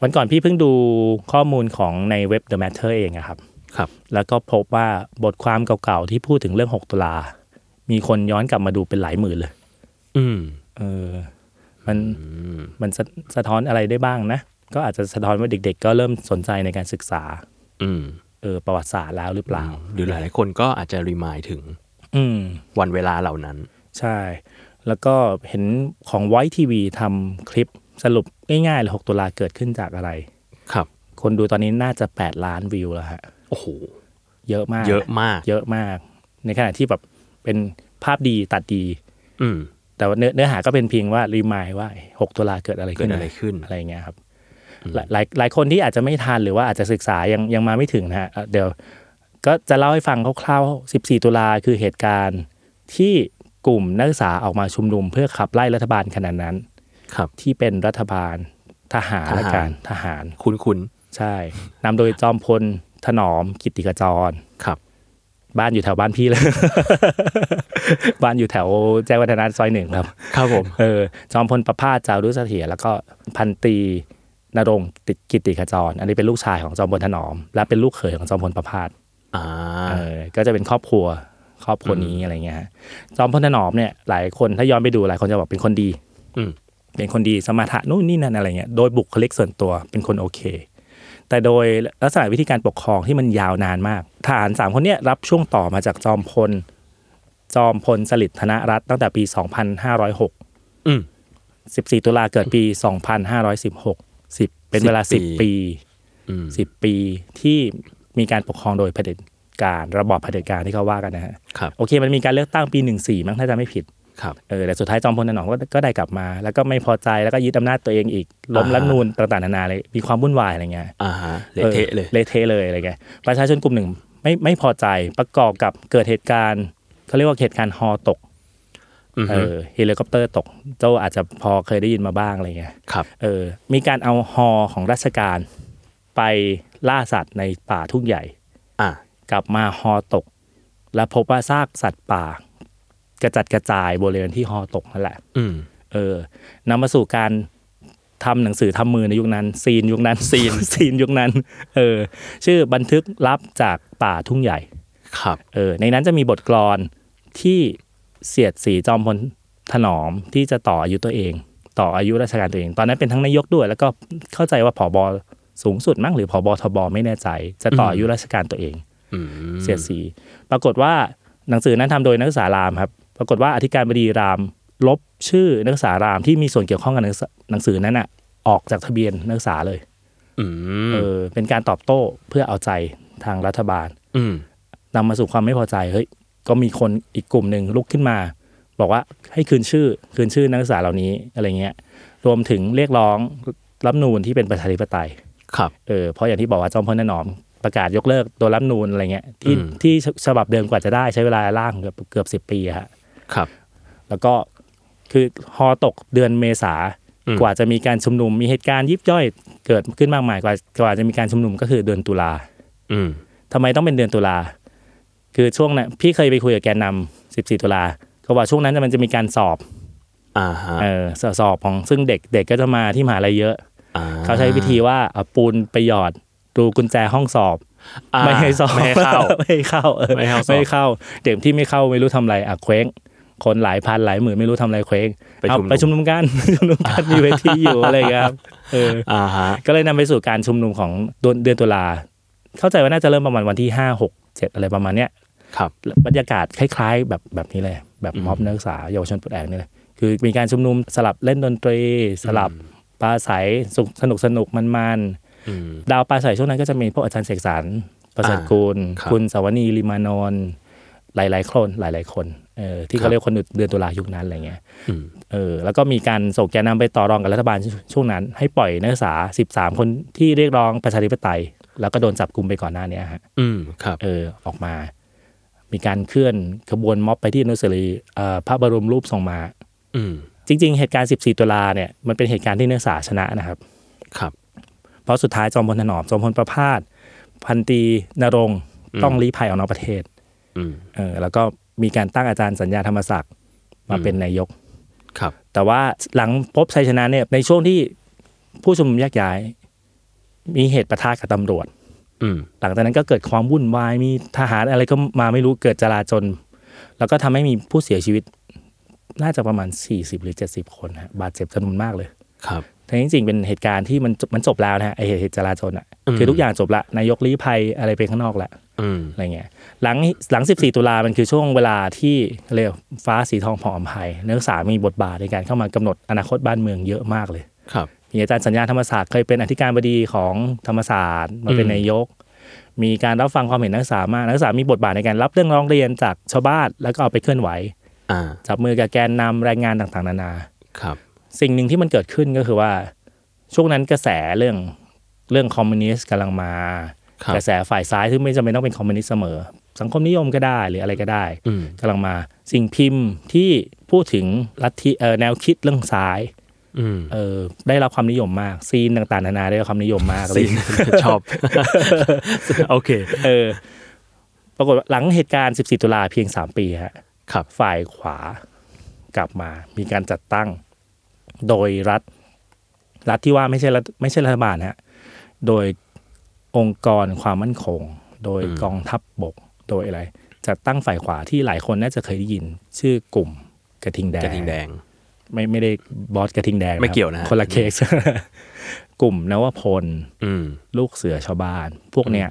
วันก่อนพี่เพิ่งดูข้อมูลของในเว็บ The Matter เองอะครับ
ครับ
แล้วก็พบว่าบทความเก่าๆ ที่พูดถึงเรื่อง 6 ตุลา มีคนย้อนกลับมาดูเป็นหลายหมื่นเลย
อืม
เออ มัน
อืม
มันสะสะท้อนอะไรได้บ้างนะ ก็อาจจะสะท้อนว่าเด็กๆ ก็เริ่มสนใจในการศึกษา
อืม
เออ ประวัติศาสตร์แล้วหรือเปล่า
หรือหลายๆคนก็อาจจะรีมายถึง
อืม
วันเวลาเหล่านั้น
ใช่ แล้วก็เห็นของไวทีวีทำคลิปสรุปง่ายๆเลย 6 ตุลาเกิดขึ้นจากอะไร
ครับ
คนดูตอนนี้น่าจะ 8 ล้านวิวแล้วฮะ
โอ้โห
เยอะมาก
เยอะมาก
เยอะมาก ในขณะที่แบบเป็นภาพดีตัดดี
อืม
แต่ว่าเนื้อเนื้อหาก็เป็นเพียงว่ารีมายว่า 6 ตุลาเกิดอะไร
เกิ
ขึ้
ด
น
อะไรขึ้น
อะไรอย่างเงี้ยครับหลายหลายหลายคนที่อาจจะไม่ทันหรือว่าอาจจะศึกษายังยังมาไม่ถึงนะฮะเอ่อเดี๋ยวก็จะเล่าให้ฟังคร่าวๆ 14 ตุลาคือเหตุการณ์ที่กลุ่มนักศึกษาออกมาชุมนุมเพื่อขับไล่รัฐบาลขนาดนั้น
ครับ
ที่เป็นรัฐบาลทหาร
ทหาร
และการทหาร
คุ้นคุ้น
ใช่นำโดยจอมพลถนอมกิตติกจร
ๆครับ
บ้านอยู่แถวบ้านพี่เลย บ้านอยู่แถวแจ้งวัฒนะซอยหนึ่งครับ
ครับผม
เออจอมพลประภาสจารุเสถียรแล้วก็พันตรีนรงค์ติกิติขจร อันนี้เป็นลูกชายของจอมพลถนอม และเป็นลูกเขยของจอมพลประภาส
อ่า
เออก็จะเป็นครอบครัวครอบครัวนี้อะไรเงี้ยฮะจอมพลถนอมเนี่ยหลายคนถ้าย้อนไปดูหลายคนจะบอกเป็นคนดี
อืม
เป็นคนดีสมถะนู่นนี่นั่นอะไรเงี้ยโดยบุคลิกส่วนตัวเป็นคนโอเค แต่โดยลักษณะวิธีการปกครองที่มันยาวนานมากทหารสามคนเนี่ยรับช่วงต่อมาจากจอมพล จอมพลสฤษดิ์ธนรัตน์ตั้งแต่ปี 2506
อืม
14 ตุลาเกิดปี 2516 10 เป็นเวลา
สิบ
10
ปี
ปี
อืม
10 ปีที่มีการปกครองโดยเผด็จการระบอบเผด็จการที่เขาว่ากันนะฮะ
ครับ
โอเค มันมีการเลือกตั้งปี 14 มั้งถ้าจะไม่ผิด
ครับ
เออ แต่สุดท้ายจอมพลถนอมก็ก็ได้กลับมา แล้วก็ไม่พอใจ แล้วก็ยึดอำนาจตัวเองอีก ล้ม
อ่าฮะ
รัฐธรรมนูนต่างๆนานาเลย มีความวุ่นวายอะไรเงี้ย
อ่าฮะ เละเทะเลย
ออเละเทะเลยอะไรเงี้ย ประชาชนกลุ่มหนึ่งไม่ไม่พอใจ ประกอบกับเกิดเหตุการณ์เขาเรียกว่าเหตุการณ์ฮอตก
อืม
เออ เฮลิคอปเตอร์ตก เจ้าอาจจะพอเคยได้ยินมาบ้างอะไรเงี้ย
ครับ
เออมีการเอาฮอของราชการไปล่าสัตว์ในป่าทุ่งใหญ่
อ่า
กลับมาฮอตก และพบว่าซากสัตว์ป่า กระจัดกระจายบริเวณที่ฮอตกนั่นแหละ
อืม
เออนำมาสู่การทำหนังสือทำมือในยุคนั้น ซีนยุคนั้นซีน ซีนยุคนั้นเออชื่อบันทึกลับจากป่าทุ่งใหญ่
ครับ
เออในนั้นจะมีบทกลอนที่เสียดสีจอมพลถนอมที่จะต่ออายุตัวเอง ต่ออายุราชการตัวเอง ตอนนั้นเป็นทั้งนายกด้วย แล้วก็เข้าใจว่าผอบสูงสุดมั้งหรือผอบทบไม่แน่ใจ จะต่ออายุราชการตัวเอง
อืม
เสียดสี ปรากฏว่าหนังสือนั้นทำโดยนักศึกษารามครับ ปรากฏว่าอธิการบดีราม ลบชื่อนักศึกษารามที่มีส่วนเกี่ยวข้องกับหนังสือหนังสือนั้นอะออกจากทะเบียนนักศึกษาเลย
อืม
เออ เป็นการตอบโต้เพื่อเอาใจทางรัฐบาล
อืม
นำมาสู่ความไม่พอใจ เฮ้ย ก็มีคนอีกกลุ่มหนึ่งลุกขึ้นมา บอกว่าให้คืนชื่อ คืนชื่อนักศึกษาเหล่านี้อะไรเงี้ย รวมถึงเรียกร้องรัฐธรรมนูนที่เป็นประชาธิปไตย
ครับ
เออเพราะอย่างที่บอกว่าจอมพลถนอมประกาศยกเลิกตัวรัฐธรรมนูนอะไรเงี้ยที่
อืม
ที่ฉบับเดิมกว่าจะได้ใช้เวลาร่างเกือบเกือบสิบปีอะฮะ
ครับ
แล้วก็คือฮอตกเดือนเมษา
อืม
กว่าจะมีการชุมนุมมีเหตุการณ์ยิบย่อยเกิดขึ้นมากมายกว่ากว่าจะมีการชุมนุมก็คือเดือนตุลา
อืม
ทำไมต้องเป็นเดือนตุลา คือช่วงนั้นพี่เคยไปคุยกับแกนนำ14 ตุลาเขาบอกช่วงนั้นมันจะมีการสอบ
อ่าฮะ
เออสสอบของซึ่งเด็กเด็กก็จะมาที่มหาลัยเยอะ
อ่
เขาใช้วิธีว่าเอาปูนไปหยอดรูกุญแจห้องสอบ
อ่า
ไม่ให้สอบ
ไม่ให้เข้า
ไม่ให้เข้าเออ
ไม่ให้เข้าสอบ
ไม่ให้เข้าเด็กที่ไม่เข้าไม่รู้ทำอะไรอ่ะเคว้ง คนหลายพันหลายหมื่นไม่รู้ทำอะไรเคว้ง
ไป
เอา
ชุมนุม
ไปชุมนุม กัน ไปชุมนุมกันมีเวที อยู่อะไรอย่างเงี้ยครับเออ
อ่าฮะ
ก็เลยนำไปสู่การชุมนุมของเดือนเดือนตุลาเข้าใจว่าน่าจะเริ่มประมาณวันที่ห้าหกเจ็ดอะไรประมาณเนี้ย
ครับ
บรรยากาศคล้าย ๆ แบบแบบนี้เลย แบบม็อบนักศึกษาเยาวชนปลดแอกนี่เลยคือมีการชุมนุมสลับเล่นดนตรี สลับปราศัยสนุกสนุกๆมันๆ
อืม
ดาวปลาใสช่วงนั้นก็จะมีพวกอาจารย์เสกสรรประเสริฐกุล
ครับ
คุณสวนีลิมานนท์หลาย ๆ คนหลาย ๆ คนเออที่
ครั
เขา
บ
เรียกคนเดือนตุลายุคนั้นอะไรเงี้ย
อืม
เออแล้วก็มีการส่งแกนนำไปต่อรองกับรัฐบาลช่วงนั้น ให้ปล่อยนักศึกษา 13 คนที่เรียกร้องประชาธิปไตย แล้วก็โดนจับกลุมไปก่อนหน้านี้ฮะ
อืมครับ
เออออกมา มีการเคลื่อนขบวนม็อบไปที่อนุสาวรีย์เอ่อพระบรมรูปทรงมา
อืม
จริง ๆ เหตุการณ์ 14 ตุลาเนี่ยมันเป็นเหตุการณ์ที่นักศึกษาชนะนะครับ
ครับ
เพราะสุดท้ายจอมพลถนอมจอมพลประพาสพันตรีนรงค์ต้องลี้ภัยออกนอกประเทศ
อืม
เออแล้วก็มีการตั้งอาจารย์สัญญาธรรมศักดิ์มาเป็นนายก
ครับ
แต่ว่าหลังพบชัยชนะเนี่ยในช่วงที่ผู้ชุมนุมแยกย้าย มีเหตุประทะกับตำรวจ
อืม
หลังจากนั้นก็เกิดความวุ่นวายมีทหารอะไรก็มาไม่รู้เกิดจลาจลแล้วก็ทำให้มีผู้เสียชีวิต น่าจะประมาณ 40 หรือ 70 คนฮะบาดเจ็บจำนวนมากเลย
ครับ
แต่จริงๆ เป็นเหตุการณ์ที่มันจบมันจบแล้วนะฮะไอเหตุจราจรอ่ะ
อืม
คือทุกอย่างจบละนายกลี้ภัยอะไรไปข้างนอกละ
อืม
อะไรเงี้ยหลังหลัง 14 ตุลามันคือช่วงเวลาที่เรียกฟ้าสีทองผ่องอภัยนักศึกษามีบทบาทในการเข้ามากำหนดอนาคตบ้านเมืองเยอะมากเลย
ครับ
มีอาจารย์สัญญาธรรมศาสตร์เคยเป็นอธิการบดีของธรรมศาสตร์มาเป็น
อืม
นายก มีการรับฟังความเห็นนักศึกษามากนักศึกษามีบทบาทในการรับเรื่องร้องเรียนจากชาวบ้านแล้วก็เอาไปเคลื่อนไหว
อ่า
จับมือกับแกนนำแรงงานต่างๆนานา
ครับ
สิ่งหนึ่งที่มันเกิดขึ้นก็คือว่า ช่วงนั้นกระแสเรื่องเรื่องคอมมิวนิสต์กำลังมา
ครับ
กระแสฝ่ายซ้ายซึ่งไม่จำเป็นต้องเป็นคอมมิวนิสต์เสมอ สังคมนิยมก็ได้หรืออะไรก็ได้
อืม
กำลังมา สิ่งพิมพ์ที่พูดถึงลัทธิเอ่อแนวคิดเรื่องซ้าย
อื ม
เออได้รับความนิยมมากซีนต่างๆนานาได้รับความนิยมมากเลย
ซีน ชอบ โอเค
เออ ปรากฏว่าหลังเหตุการณ์ 14 ตุลาเพียง 3 ปีฮะ
ครับ
ฝ่ายขวากลับมา มีการจัดตั้ง โดยรัฐ รัฐที่ว่าไม่ใช่รัฐไม่ใช่รัฐบาลฮะโดยองค์กรความมั่นคง โดย
อืม
กองทัพบบก โดยอะไร จัดตั้งฝ่ายขวาที่หลายคนน่าจะเคยได้ยิน ชื่อกลุ่มกระทิงแดง
กระทิงแดง
ไม่ไม่ได้บอสกระทิงแดง
ไม่เกี่ยวนะฮะ
ครับคนละเคส กลุ่มนวพล
อืม
ลูกเสือชาวบ้าน พวกเนี้ย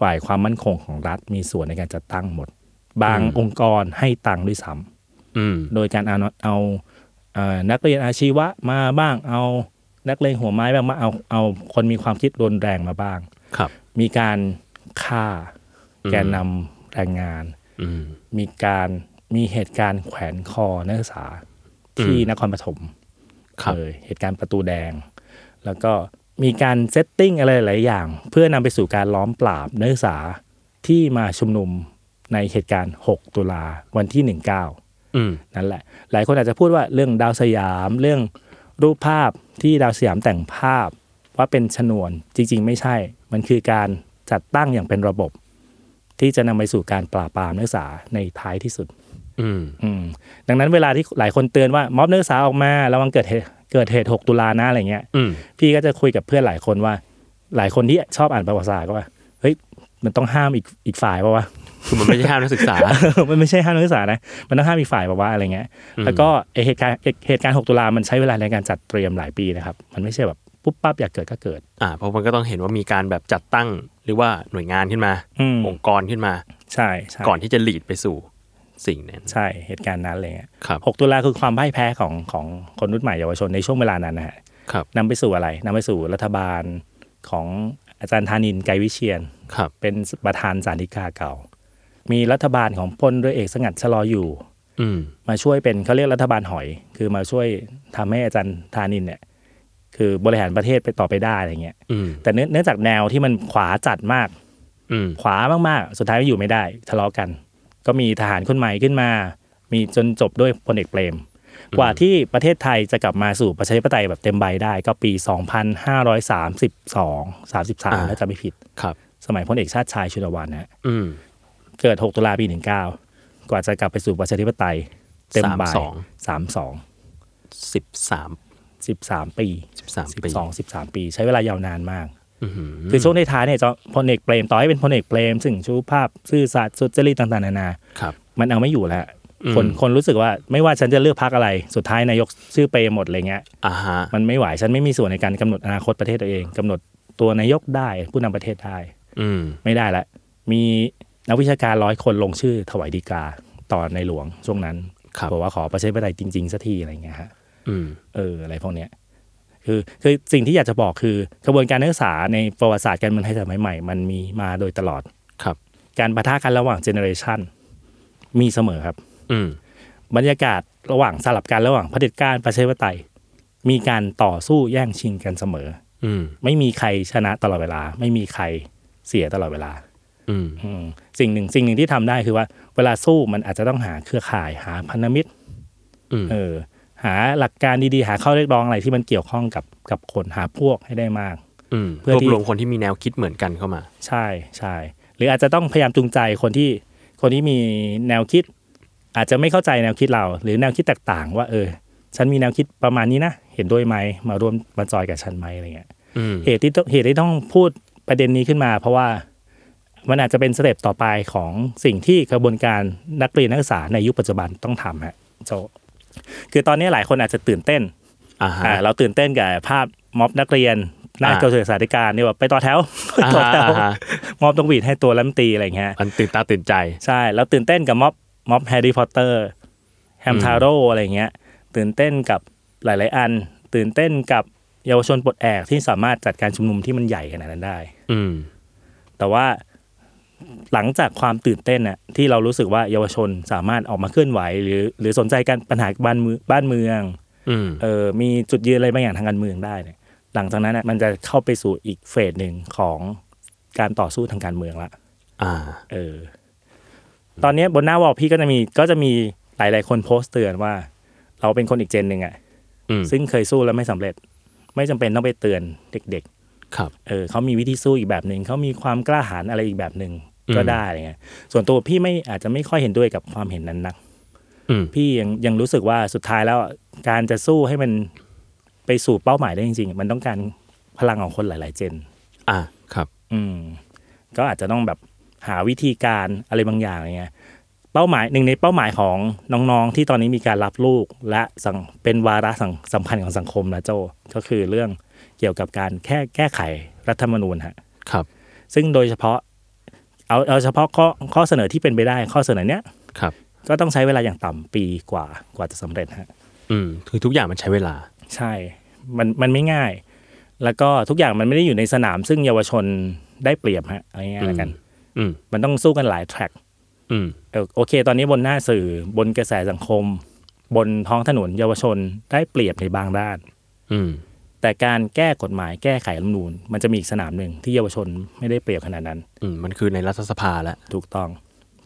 ฝ่ายความมั่นคงของรัฐมีส่วนในการจัดตั้งหมด บาง
อืม
องค์กรให้ตังค์ด้วยซ้ำ
อืม
โดยการเอาเอาเอ่อนักเรียนอาชีวะมาบ้าง เอานักเลงหัวไม้บ้างมาเอาเอาคนมีความคิดรุนแรงมาบ้าง
ครับ
มีการฆ่า
อืม
แกนนำแรงงาน
อืม
มีการมีเหตุการณ์แขวนคอนักศึกษาที่
อืม
นครปฐม
ครับ
เลยเหตุการณ์ประตูแดง แล้วก็มีการเซตติ้งอะไรหลายอย่าง เพื่อนำไปสู่การล้อมปราบนักศึกษาที่มาชุมนุมในเหตุการณ์ 6 ตุลาวันที่ 19
อืม
นั่นแหละ หลายคนอาจจะพูดว่าเรื่องดาวสยาม เรื่องรูปภาพที่ดาวสยามแต่งภาพว่าเป็นชนวนจริง ๆ ไม่ใช่ มันคือการจัดตั้งอย่างเป็นระบบ ที่จะนำไปสู่การปราบปรามนักศึกษาในท้ายที่สุด
อืม
อืมดังนั้นเวลาที่หลายคนเตือนว่าม็อบนักศึกษาออกมาระวังเกิดเหตุเกิดเหตุ6ตุลานะอะไรเงี้ย
อืม
พี่ก็จะคุยกับเพื่อนหลายคนว่า หลายคนที่ชอบอ่านประวัติศาสตร์ก็ว่าเฮ้ยมันต้องห้ามอีกอีกฝ่ายป่าวะ
คือมันไม่ใช่ห้ามนักศึกษา
มันไม่ใช่ห้ามนักศึกษานะ มันต้องห้ามอีกฝ่ายบอกว่าอะไรเงี้ย แล้วก็ไอ้เหตุการณ์เหตุการณ์ 6 ตุลา มันใช้เวลาในการจัดเตรียมหลายปีนะครับ มันไม่ใช่แบบปุ๊บปั๊บอยากเกิดก็เกิด
อ่า เพราะมันก็ต้องเห็นว่ามีการแบบจัดตั้งหรือว่าหน่วยงานขึ้นมา
อืม
องค์กรขึ้นมา
ใช่ใช่
ก่อนที่จะหลีดไปสู่สิ่งนั้น
ใช่เหตุการณ์นั้นอะไรเงี้ย
ครับ
6ตุลาคือความพ่ายแพ้ของของคนรุ่นใหม่เยาวชนในช่วงเวลานั้นนะฮะ
ครับ
นำไปสู่อะไรนำไปสู่รัฐบาลของอาจารย์ธานินทร์ไกรวิเชียน
ครับ
เป็นประธานศาลฎีกาเก่า มีรัฐบาลของพลเรือเอกสงัดชะลออยู่
อืม
มาช่วยเป็นเขาเรียกรัฐบาลหอย คือมาช่วยทำให้อาจารย์ธานินเนี่ย คือบริหารประเทศไปต่อไปได้อะไรเงี้ย
อืม
แต่เนื่องเนื่องจากแนวที่มันขวาจัดมาก
อืม
ขวามากๆ สุดท้ายก็อยู่ไม่ได้ทะเลาะกัน ก็มีทหารคนใหม่ขึ้นมา มีจนจบด้วยพลเอกเปรม กว่าที่ประเทศไทยจะกลับมาสู่ประชาธิปไตยแบบเต็มใบได้ ก็ปี 2532
อ่า
33 แล้วจะไม่ผิด
ครับ
สมัยพลเอกชาติชายชุนวันนะ
อืม
เกิด 6 ตุลาปี 19 กว่าจะกลับไปสู่ประชาธิปไตย เต็มบ่าย
สามสอง
สามสอง
สิบสาม
สิบสามปี
สิบสาม
สิบ
ปี
สองสิบสามปี ใช้เวลายาวนานมาก
อื้อหือ
คือช่วงในท้ายๆเนี่ยจะพลเอกเปรมต่อให้เป็นพลเอกเปรม ซึ่งชูภาพซื่อสัตย์สุจริตต่างๆนานา
ครับ
มันเอาไม่อยู่แล้ว
อืม
คนคนรู้สึกว่าไม่ว่าฉันจะเลือกพักอะไร สุดท้ายนายกชื่อเปรมหมดอะไรเงี้ย
อ่าฮะ
มันไม่ไหวฉันไม่มีส่วนในการกำหนดอนาคตประเทศตัวเองกำหนดตัวนายกได้ ผู้นำประเทศได้
อืม
ไม่ได้ละ มีนักวิชาการร้อยคนลงชื่อถวายดีกาต่อในหลวงช่วงนั้น
ครับ
บอกว่าขอประชาธิปไตยจริง ๆสักทีอะไรเงี้ยฮะ
อืม
เอออะไรพวกเนี้ยคือคือสิ่งที่อยากจะบอกคือกระบวนการนักศึกษาในประวัติศาสตร์การเมืองไทยสมัยใหม่มันมีมาโดยตลอด
ครับ
การปะทะกันระหว่างเจเนอเรชันมีเสมอครับ
อืม
บรรยากาศระหว่างสลับกันระหว่างเผด็จการประชาธิปไตย มีการต่อสู้แย่งชิงกันเสมอ
อืม
ไม่มีใครชนะตลอดเวลา ไม่มีใครเสียตลอดเวลา
อืม
อืมสิ่งหนึ่งสิ่งหนึ่งที่ทำได้คือว่า เวลาสู้มันอาจจะต้องหาเครือข่ายหาพันธมิตร
อืม
เออ หาหลักการดีๆ หาข้อเรียกร้องอะไรที่มันเกี่ยวข้องกับกับคนหาพวกให้ได้มาก
อืม
เพื่
ร
อ
วบ
ที่
รวมคนที่มีแนวคิดเหมือนกันเข้ามา
ใช่ใช่หรืออาจจะต้องพยายามจูงใจคนที่คนที่มีแนวคิด อาจจะไม่เข้าใจแนวคิดเรา หรือแนวคิดแตกต่างว่า เออ ฉันมีแนวคิดประมาณนี้นะเห็นด้วยไหมมาร่วมมาจอยกับฉันไหมอะไรเงี้ย
อืม
เหตุที่ต้องเหตุที่ต้องพูดประเด็นนี้ขึ้นมา เพราะว่ามันอาจจะเป็นสเต็ปต่อไปของสิ่งที่กระบวนการนักเรียนนักศึกษาในยุคปัจจุบันต้องทำฮะโจคือตอนนี้หลายคนอาจจะตื่นเต้น
อ่าฮะ
อ่าเราตื่นเต้นกับภาพม็อบนักเรียนหน้า
อ่า
กระทรวงศึกษาธิการเนี่ยแบบไปต่อแถว ไป
อ่าฮะ
ต่อแถว
อ่าฮะ
ม็อบต้องหวีดให้ตัวรัฐมนตรีอะไรอย่างเงี้ย
มันตื่นตาตื่นใจ
ใช่แล้วตื่นเต้นกับม็อบม็อบแฮร์รี่พอตเตอร์แฮมทาโร่อะไรอย่างเงี้ยตื่นเต้นกับหลาย ๆ อัน ตื่นเต้นกับเยาวชนปลดแอกที่สามารถจัดการชุมนุมที่มันใหญ่ขนาดนั้นได้
อืม
แต่ว่าหลังจากความตื่นเต้นน่ะที่เรารู้สึกว่าเยาวชนสามารถออกมาเคลื่อนไหว หรือหรือสนใจการปัญหาบ้านเมืองบ้านเมือง
อืม
เออมีจุดยืนอะไรบางอย่างทางการเมืองได้เนี่ยหลังจากนั้นน่ะมันจะเข้าไปสู่อีกเฟสหนึ่งของการต่อสู้ทางการเมืองละ
อ่า
เออ ตอนเนี้ยบนหน้าวอลพี่ก็จะมีก็จะมีหลาย ๆ คนโพสต์เตือนว่า เราเป็นคนอีกเจนหนึ่งอะ
อืม
ซึ่งเคยสู้แล้วไม่สำเร็จ ไม่จำเป็นต้องไปเตือนเด็ก
ครับ
ๆ เออเขามีวิธีสู้อีกแบบหนึ่งเขามีความกล้าหาญอะไรอีกแบบหนึ่ง
อืม
ก็ได้อะไรเงี้ยส่วนตัวพี่ไม่อาจจะไม่ค่อยเห็นด้วยกับความเห็นนั้นนัก
อืม
พี่ยังยังรู้สึกว่าสุดท้ายแล้วอ่ะการจะสู้ให้มันไปสู่เป้าหมายได้จริงๆ มันต้องการพลังของคนหลาย ๆ เจน
อ่าครับ
อืม ก็อาจจะต้องแบบหาวิธีการอะไรบางอย่างอะไรเงี้ยเป้าหมายหนึ่งในเป้าหมายของน้องๆ ที่ตอนนี้มีการรับลูก และสังเป็นวาระสังสำคัญของสังคมนะโจก็คือเรื่องเกี่ยวกับการแค่แก้ไขรัฐธรรมนูญฮะ
ครับ
ซึ่งโดยเฉพาะ เอาเอาเฉพาะข้อข้อเสนอที่เป็นไปได้ข้อเสนอเนี้ย
ครับ
ก็ต้องใช้เวลาอย่างต่ำปีกว่ากว่าจะสำเร็จฮะ
อืมคือทุกอย่างมันใช้เวลา
ใช่ มันมันไม่ง่าย แล้วก็ทุกอย่างมันไม่ได้อยู่ในสนาม ซึ่งเยาวชนได้เปรียบฮะอะไรเงี้ยแล้วกัน
อืม
มันต้องสู้กันหลายแทร็ก
อืม
เออโอเค ตอนนี้บนหน้าสื่อ บนกระแสสังคม บนท้องถนนเยาวชนได้เปรียบในบางด้าน
อืม
แต่การแก้กฎหมายแก้ไขรัฐธรรมนูญมันจะมีอีกสนามหนึ่งที่เยาวชนไม่ได้เปรียบขนาดนั้น
อืม มันคือในรัฐสภาแล้ว
ถูกต้อง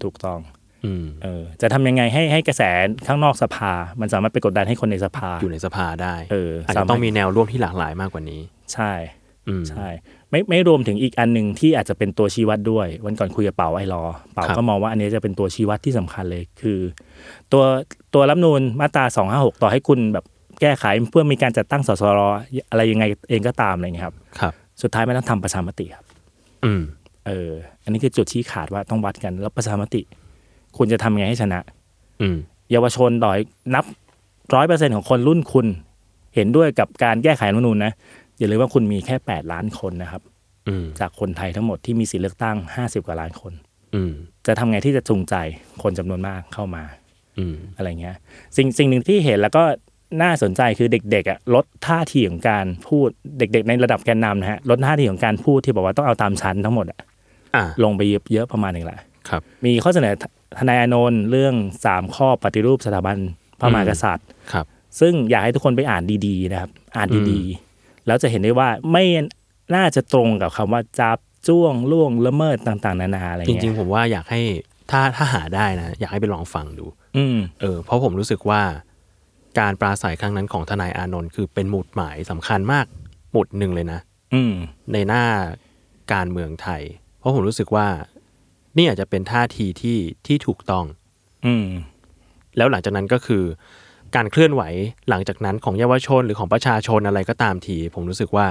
ถูกต้อง
อืม
เออ จะทำยังไงให้ให้กระแสข้างนอกสภา มันสามารถไปกดดันให้คนในสภา
อยู่ในสภาได้
เออ
อาจจะ
สามารถ
ต้องมีแนวร่วมที่หลากหลายมากกว่านี้
ใช่
อืม
ใช่ไม่ไม่รวมถึงอีกอันหนึ่งที่อาจจะเป็นตัวชี้วัดด้วย วันก่อนคุยกับเป่าไอรอเป่า
ครั
ก็
บ
มองว่าอันนี้จะเป็นตัวชี้วัดที่สำคัญเลยคือ ตัวตัวรัฐธรรมนูลมาตรา 256 ต่อให้คุณแบบแก้ไขเพื่อมีการจัดตั้งสสรอะไรยังไงเองก็ตามอะไรเงี้ยครับ
ครับ
สุดท้ายมันต้องทำประชามติครับ
อืม
เอออันนี้คือจุดชี้ขาดว่าต้องวัดกันแล้วประชามติ คุณจะทำยังไงให้ชนะ
อืม
เยาวชนต่อยนับร้อยเปอร์เซ็นของคนรุ่นคุณ เห็นด้วยกับการแก้ไขรัฐธรรมนูญนะอย่าลืมว่าคุณมีแค่ 8 ล้านคนนะครับ
อืม
จากคนไทยทั้งหมดที่มีสิทธิเลือกตั้ง 50 กว่าล้านคน
อืม
จะทำไงที่จะจูงใจคนจำนวนมากเข้ามา
อืม
อะไรเงี้ยสิ่งสิ่งหนึ่งที่เห็นแล้วก็น่าสนใจคือเด็กๆอ่ะลดท่าทีของการพูดเด็ก ๆ ในระดับแกนนำนะฮะลดท่าทีของการพูดที่บอกว่าต้องเอาตามชั้นทั้งหมดอะ
อ่า
ลงไปเยอะเยอะประมาณหนึ่งละ
ครับ
มีข้อเสนอททนายอานนท์เรื่อง 3 ข้อปฏิรูปสถาบันพระมหากษัตริย์
ครับ
ซึ่งอยากให้ทุกคนไปอ่านดีๆนะครับ อ่านดีๆ แล้วจะเห็นได้ว่าไม่น่าจะตรงกับคำว่าจับจ้วงล่วงละเมิดต่างๆ นานาอะไร
จ
เงี้ย
ริง ๆ ผมว่าอยากให้ถ้าถ้าหาได้นะ อยากให้ไปลองฟังดู
อืม
เออ เพราะผมรู้สึกว่า การปราศัยครั้งนั้นของทนายอานนท์คือเป็นหมุดหมายสำคัญมาก หมุดหนึ่งเลยนะ
อืม
ในหน้าการเมืองไทย เพราะผมรู้สึกว่า นี่อาจจะเป็นท่าทีที่ที่ถูกต้อง
อืม
แล้วหลังจากนั้นก็คือ การเคลื่อนไหวหลังจากนั้นของเยาวชนหรือของประชาชนอะไรก็ตามที ผมรู้สึกว่า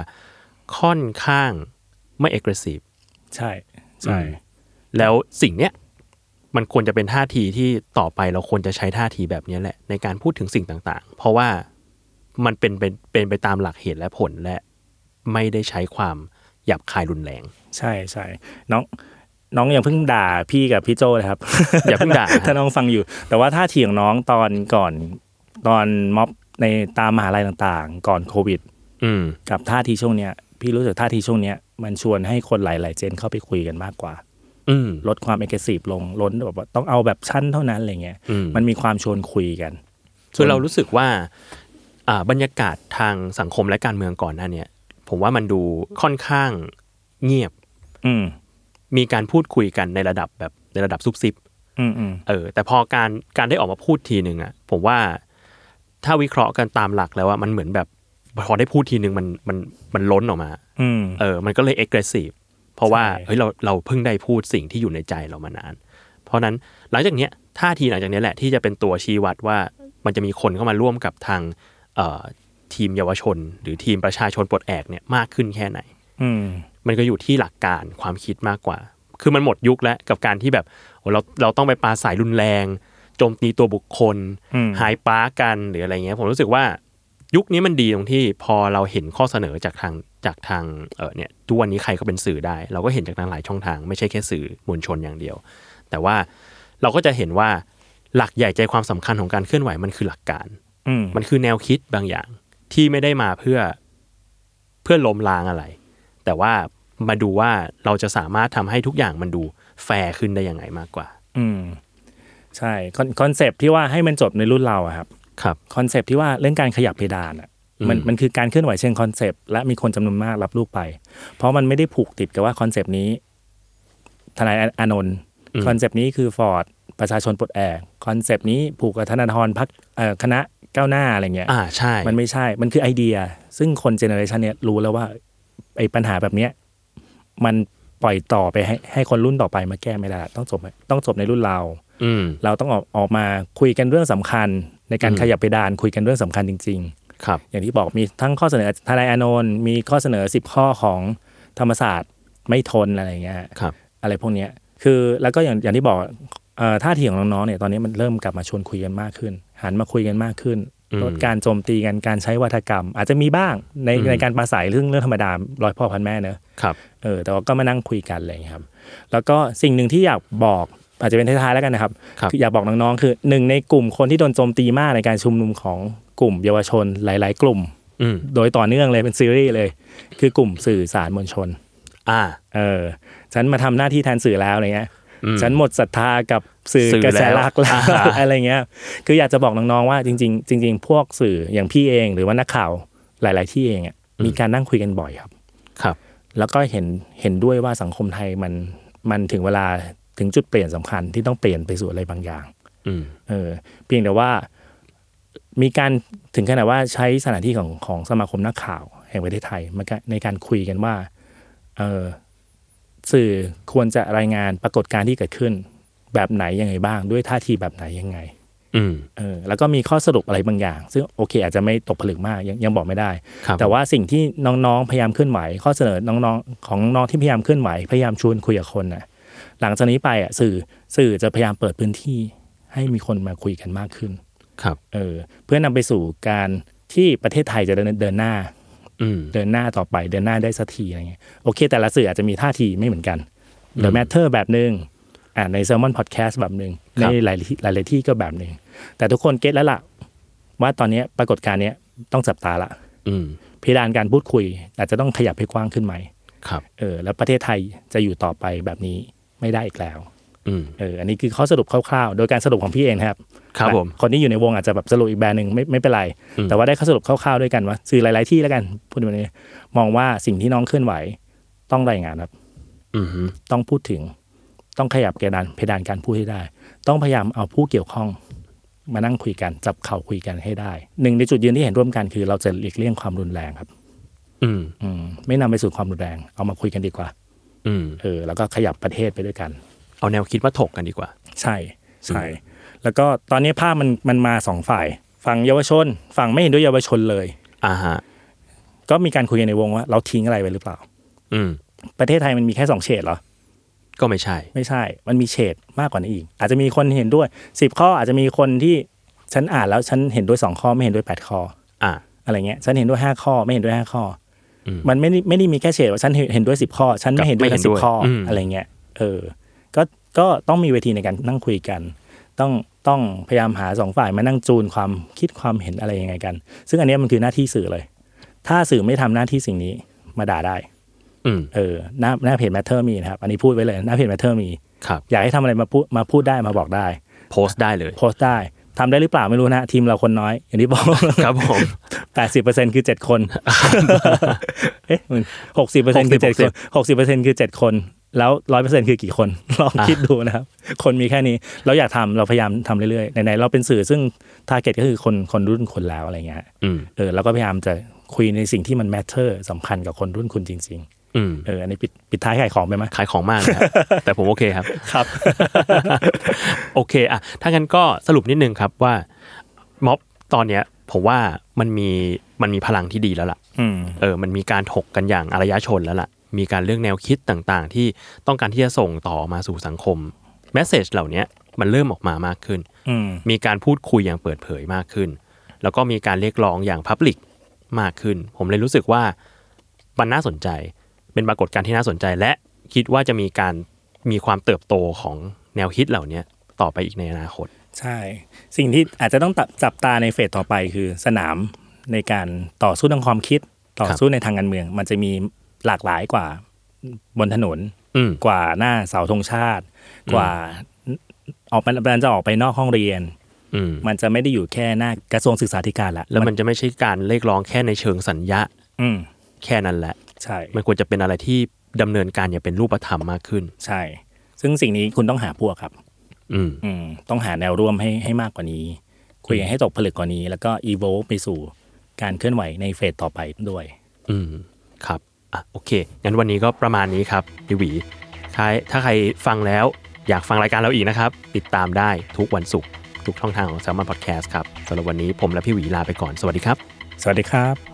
ค่อนข้างไม่ aggressive
ใช่ใช่
แล้วสิ่งเนี้ยมันควรจะเป็นท่าทีที่ต่อไปเราควรจะใช้ท่าทีแบบเนี้ยแหละ ในการพูดถึงสิ่งต่างๆ เพราะว่ามันเป็นเป็นเป็นไปตามหลักเหตุและผลและไม่ได้ใช้ความหยาบคายรุนแรง
ใช่ใช่น้องน้องยังเพิ่งด่าพี่กับพี่โจนะครับ
อย่าเพิ่งด่า
ถ้าน้องฟังอยู่ แต่ว่าท่าทีของน้องตอนก่อนตอนม็อบในตามมหาลัยต่างๆ ก่อนโควิด
อืม
กับท่าทีช่วงเนี้ยพี่รู้สึกท่าทีช่วงเนี้ยมันชวนให้คนหลาย ๆ เจนเข้าไปคุยกันมากกว่า
อืม
ลดความเอกสีบลงล้นแบบว่าต้องเอาแบบชั้นเท่านั้นอะไรเงี้ย
อืม
มันมีความชวนคุยกัน
คือเรารู้สึกว่าอ่าบรรยากาศทางสังคมและการเมืองก่อนหน้าเนี้ยผมว่ามันดูค่อนข้างเงียบ
อืม
มีการพูดคุยกันในระดับแบบในระดับซุบซิบ
อืมอืม
เออแต่พอการการได้ออกมาพูดทีหนึ่งอะผมว่าถ้าวิเคราะห์กันตามหลักแล้วว่ามันเหมือนแบบพอได้พูดทีหนึ่งมันมันมันล้นออกมา
อืม
เออมันก็เลย aggressive เพราะว่า
ใช่
เฮ้ยเราเราเพิ่งได้พูดสิ่งที่อยู่ในใจเรามานาน เพราะฉะนั้นหลังจากเนี้ยท่าทีหลังจากเนี้ยแหละที่จะเป็นตัวชี้วัดว่ามันจะมีคนเข้ามาร่วมกับทางเอ่อทีมเยาวชน หรือทีมประชาชนปลดแอกเนี่ยมากขึ้นแค่ไหน
อืม
มันก็อยู่ที่หลักการความคิดมากกว่า คือมันหมดยุคแล้วกับการที่แบบโอ้เราเราต้องไปปลาสายรุนแรง โจมตีตัวบุคคล
อืม
หายป้ากันหรืออะไรเงี้ยผมรู้สึกว่ายุคนี้มันดีตรงที่พอเราเห็นข้อเสนอจากทางจากทางเออเนี่ยทุกวันนี้ใครก็เป็นสื่อได้ เราก็เห็นจากทางหลายช่องทาง ไม่ใช่แค่สื่อมวลชนอย่างเดียว แต่ว่าเราก็จะเห็นว่าหลักใหญ่ใจความสำคัญของการเคลื่อนไหวมันคือหลักการ
อืม
มันคือแนวคิดบางอย่างที่ไม่ได้มาเพื่อเพื่อล้มล้างอะไร แต่ว่ามาดูว่าเราจะสามารถทำให้ทุกอย่างมันดูแฟร์ขึ้นได้ยังไงมากกว่า
อืมใช่คอนคอนเซปต์ที่ว่าให้มันจบในรุ่นเราอะครับ
ครับ
คอนเซปต์ที่ว่าเรื่องการขยับเพดานอ่ะมัน
อืม
มันคือการเคลื่อนไหวเชิงคอนเซปต์และมีคนจำนวนมากรับลูกไป เพราะมันไม่ได้ผูกติดกับว่าคอนเซปต์นี้ทนายอานนท์คอนเซปต์นี้คือฟอร์ดประชาชนปลดแอกคอนเซปต์นี้ผูกกับธนาธรพักคณะก้าวหน้าอะไรเงี้ย
อ่าใช่
มันไม่ใช่ มันคือไอเดีย ซึ่งคนเจเนอเรชันเนี้ยรู้แล้วว่าไอ้ปัญหาแบบเนี้ยมันปล่อยต่อไปให้ให้คนรุ่นต่อไปมาแก้ไม่ได้ต้องจบต้องจบในรุ่นเรา
อืม
เราต้องออกออกมาคุยกันเรื่องสำคัญ ในการ
อืม
ขยับเพดานคุยกันเรื่องสำคัญจริง
ครับ
ๆ อย่างที่บอกมีทั้งข้อเสนอทนายอานนท์มีข้อเสนอ 10 ข้อของธรรมศาสตร์ไม่ทนอะไรอย่างเงี้ย
ครับ
อะไรพวกเนี้ยคือแล้วก็อย่างอย่างที่บอกเอ่อท่าทีของน้องๆเนี่ยตอนนี้มันเริ่มกลับมาชวนคุยกันมากขึ้น หันมาคุยกันมากขึ้น
อืม
ลดการโจมตีกันการใช้วัฒกรรม อาจจะมีบ้างในในการปราศัยเรื่องเรื่องธรรมดาร้อยพ่อพันแม่เนอะ
ครับ
เออแต่ว่าก็มานั่งคุยกันอะไรอย่างเงี้ยครับ แล้วก็สิ่งหนึ่งที่อยากบอกอาจจะเป็นท้ายๆแล้วกันนะครับ
ครับ
ออยากบอกน้องๆคือหนึ่งในกลุ่มคนที่โดนโจมตีมากในการชุมนุมของกลุ่มเยาวชนหลาย ๆ กลุ่ม
อืม
โดยต่อเนื่องเลยเป็นซีรีส์เลย คือกลุ่มสื่อสารมวลชน
อ่า
เออฉันมาทำหน้าที่แทนสื่อแล้วอะไรเงี้ย
อืม
ฉันหมดศรัทธากับสื่อกระแสหลักแล้
อ่
ว
า
อะไรเงี้ยคืออยากจะบอกน้องๆว่าจริง ๆ จริง ๆ พวกสื่ออย่างพี่เองหรือว่านักข่าวหลาย ๆ ที่เองอะมีการนั่งคุยกันบ่อยครับ
ครับ
แล้วก็เห็นเห็นด้วยว่าสังคมไทยมันมันถึงเวลาถึงจุดเปลี่ยนสำคัญที่ต้องเปลี่ยนไปสู่อะไรบางอย่าง
อืม
เออ เพียงแต่ว่ามีการถึงขนาดว่าใช้สถานที่ของของสมาคมนักข่าว แห่งประเทศไทยมาก็ในการคุยกันว่าเออสื่อควรจะรายงานปรากฏการณ์ที่เกิดขึ้น แบบไหนยังไงบ้าง ด้วยท่าทีแบบไหนยังไง
อืม
เออแล้วก็มีข้อสรุปอะไรบางอย่าง ซึ่งโอเค อาจจะไม่ตกผลึกมากยังยังบอกไม่ได้
ครับ
แต่ว่าสิ่งที่น้องๆพยายามเคลื่อนไหว ข้อเสนอน้องๆของน้องๆที่พยายามเคลื่อนไหวพยายามชวนคุยกับคนน่ะหลังจากนี้ไปอ่ะสื่อสื่อจะพยายามเปิดพื้นที่ให้มีคนมาคุยกันมากขึ้น
ครับ
เออเพื่อนำไปสู่การที่ประเทศไทยจะเดินเดินหน้า
อืม
เดินหน้าต่อไปเดินหน้าได้สักทีอะไรเงี้ยโอเค แต่ละสื่ออาจจะมีท่าทีไม่เหมือนกัน The Matter แบบหนึ่งอ่าใน s ซ l m o n Podcast แบบหนึ่ง
ค
ใน
รับ
หลายที่หลายๆที่ก็แบบหนึ่งแต่ทุกคนเก็ตแล้วล่ะ ว่าตอนเนี้ยปรากฏการณ์เนี้ยต้องจับตาละ
อืม
เพดานการพูดคุย อาจจะต้องขยับให้กว้างขึ้นไหม
ครับ
เออแล้วประเทศไทยจะอยู่ต่อไปแบบนี้ไม่ได้อีกแล้ว
อืม
เอออันนี้คือข้อสรุปคร่าวๆ โดยการสรุปของพี่เองนะครับ
ครับผม
คนที่อยู่ในวงอาจจะแบบสรุปอีกแบรนด์หนึ่งไม่ไม่เป็นไร
อืม
แต่ว่าได้ข้อสรุปคร่าวๆด้วยกันว่าสื่อหลาย ๆที่แล้วกันพูดแบบนี้มองว่าสิ่งที่น้องเคลื่อนไหวต้องรายงานครับ
อืมฮึ
ต้องพูดถึงต้องขยับเพดานเพดานการพูดให้ได้ ต้องพยายามเอาผู้เกี่ยวข้อง มานั่งคุยกันจับเข่าคุยกันให้ได้หนึ่งในจุดยืนที่เห็นร่วมกันคือ เราจะหลีกเลี่ยงความรุนแรงครับ
อืม
อืมไม่นำไปสู่ความรุนแรง เอามาคุยกันดีกว่า
อืม
เออแล้วก็ขยับประเทศไปด้วยกัน
เอาแนวคิดมาถกกันดีกว่า
ใช่ใช่ แล้วก็ตอนนี้ภาพมันมันมาสองฝ่าย ฝั่งเยาวชน ฝั่งไม่เห็นด้วยเยาวชนเลย
อ่าฮะ
ก็มีการคุยกันในวงว่า เราทิ้งอะไรไปหรือเปล่า
อืม
ประเทศไทยมันมีแค่สองเฉดเหรอ
ก็ไม่ใช่
ไม่ใช่ มันมีเฉดมากกว่านี้อีก อาจจะมีคนเห็นด้วยสิบข้ออาจจะมีคนที่ฉันอ่านแล้วฉันเห็นด้วยสองข้อไม่เห็นด้วยแปดข้อ
อ่า
อะไรเงี้ย ฉันเห็นด้วยห้าข้อไม่เห็นด้วยห้าข้ออ
ม
มันไม่ได้ไม่ได้มีแค่เฉดว่าฉันเห็นด้วยสิบข้อ ฉันไม่เห็นด้วย
กับไม่เห็น
สิ
ด้
บ
วย
ข้ออ
ม
อะไรเงี้ย เออ ก็ก็ต้องมีเวทีในการนั่งคุยกัน ต้องต้องพยายามหาสองฝ่ายมานั่งจูนความคิดความเห็นอะไรยังไงกัน ซึ่งอันเนี้ยมันคือหน้าที่สื่อเลย ถ้าสื่อไม่ทำหน้าที่สิ่งนี้มาด่าได้
อืม
เออหน้าหน้าเพจแมทเทอร์มีนะครับ อันนี้พูดไว้เลยหน้าเพจแมทเทอร์มี
ครับ
อยากให้ทำอะไรมาพูดมาพูดได้มาบอกได้
โพสต์ได้เลย
โพสต์ได้ทำได้หรือเปล่าไม่รู้นะ ทีมเราคนน้อย อย่างที่บอก
ครับผม
แปดสิบเปอร์เซ็นคือเจ็ดคน เอ๊ะหกสิบเปอร์เซ็นคือเจ็ดคนหกสิบเปอร์เซ็นคือเจ็ดคน แล้วร้อยเปอร์เซ็นคือกี่คน ลองคิดดูนะครับ คนมีแค่นี้ เราอยากทำเราพยายามทำเรื่อยๆไหนๆเราเป็นสื่อซึ่งทาร์เก็ตก็คือคนคนรุ่นคนแล้วอะไรเงี้ย
อืม
เออเราก็พยายามจะคุยในสิ่งที่มันแมทเทอร์สำคัญกับคนรุ่นคุณจริง
อืม
ๆ เอออันนี้ปิดปิดท้ายขายของไปไหม
ขายของมาก นะครับ แต่ผมโอเคครับ
ครับ
โอเคอะถ้างั้นก็สรุปนิดนึงครับว่าม็อบตอนเนี้ยผมว่ามันมีมันมีพลังที่ดีแล้วล่ะ
อืม
เออ มันมีการถกกันอย่างอารยชนแล้วล่ะ มีการเรื่องแนวคิดต่างๆ ที่ต้องการที่จะส่งต่อมาสู่สังคม แมสเซจเหล่าเนี้ยมันเริ่มออกมามากขึ้น
อืม
มีการพูดคุยอย่างเปิดเผยมากขึ้น แล้วก็มีการเรียกร้องอย่างพับลิกมากขึ้น ผมเลยรู้สึกว่ามันน่าสนใจ เป็นปรากฏการณ์ที่น่าสนใจ และคิดว่าจะมีการมีความเติบโตของแนวคิดเหล่านี้ต่อไปอีกในอนาคต
ใช่ สิ่งที่อาจจะต้องจับตาในเฟสต่อไปคือสนามในการต่อสู้ทางความคิดต่อสู้ในทางการเมือง มันจะมีหลากหลายกว่าบนถนน
อืม
กว่าหน้าเสาธงชาติ กว่าออกไปมันจะออกไปนอกห้องเรียน
อืม
มันจะไม่ได้อยู่แค่หน้ากระทรวงศึกษาธิการละ
แล้วมันจะไม่ใช่การเรียกร้องแค่ในเชิงสัญญา
อืม
แค่นั้นแหละ
ใช่
มันควรจะเป็นอะไรที่ดำเนินการอย่างเป็นรูปธรรมมากขึ้น
ใช่ ซึ่งสิ่งนี้คุณต้องหาพวกครับ
อืม
อืมต้องหาแนวร่วมให้ให้มากกว่านี้ คุยกันให้ตกผลึกกว่านี้ แล้วก็อีโวไปสู่การเคลื่อนไหวในเฟสต่อไปด้วย
อืม ครับ อ่ะ โอเค งั้นวันนี้ก็ประมาณนี้ครับดิวีถ้าถ้าใครฟังแล้วอยากฟังรายการเราอีกนะครับ ติดตามได้ทุกวันศุกร์ทุกช่องทางของ s ซ l m o n Podcast ครับสำหรับวันนี้ผมและพี่หวีลาไปก่อน สวัสดีครับ
สวัสดีครับ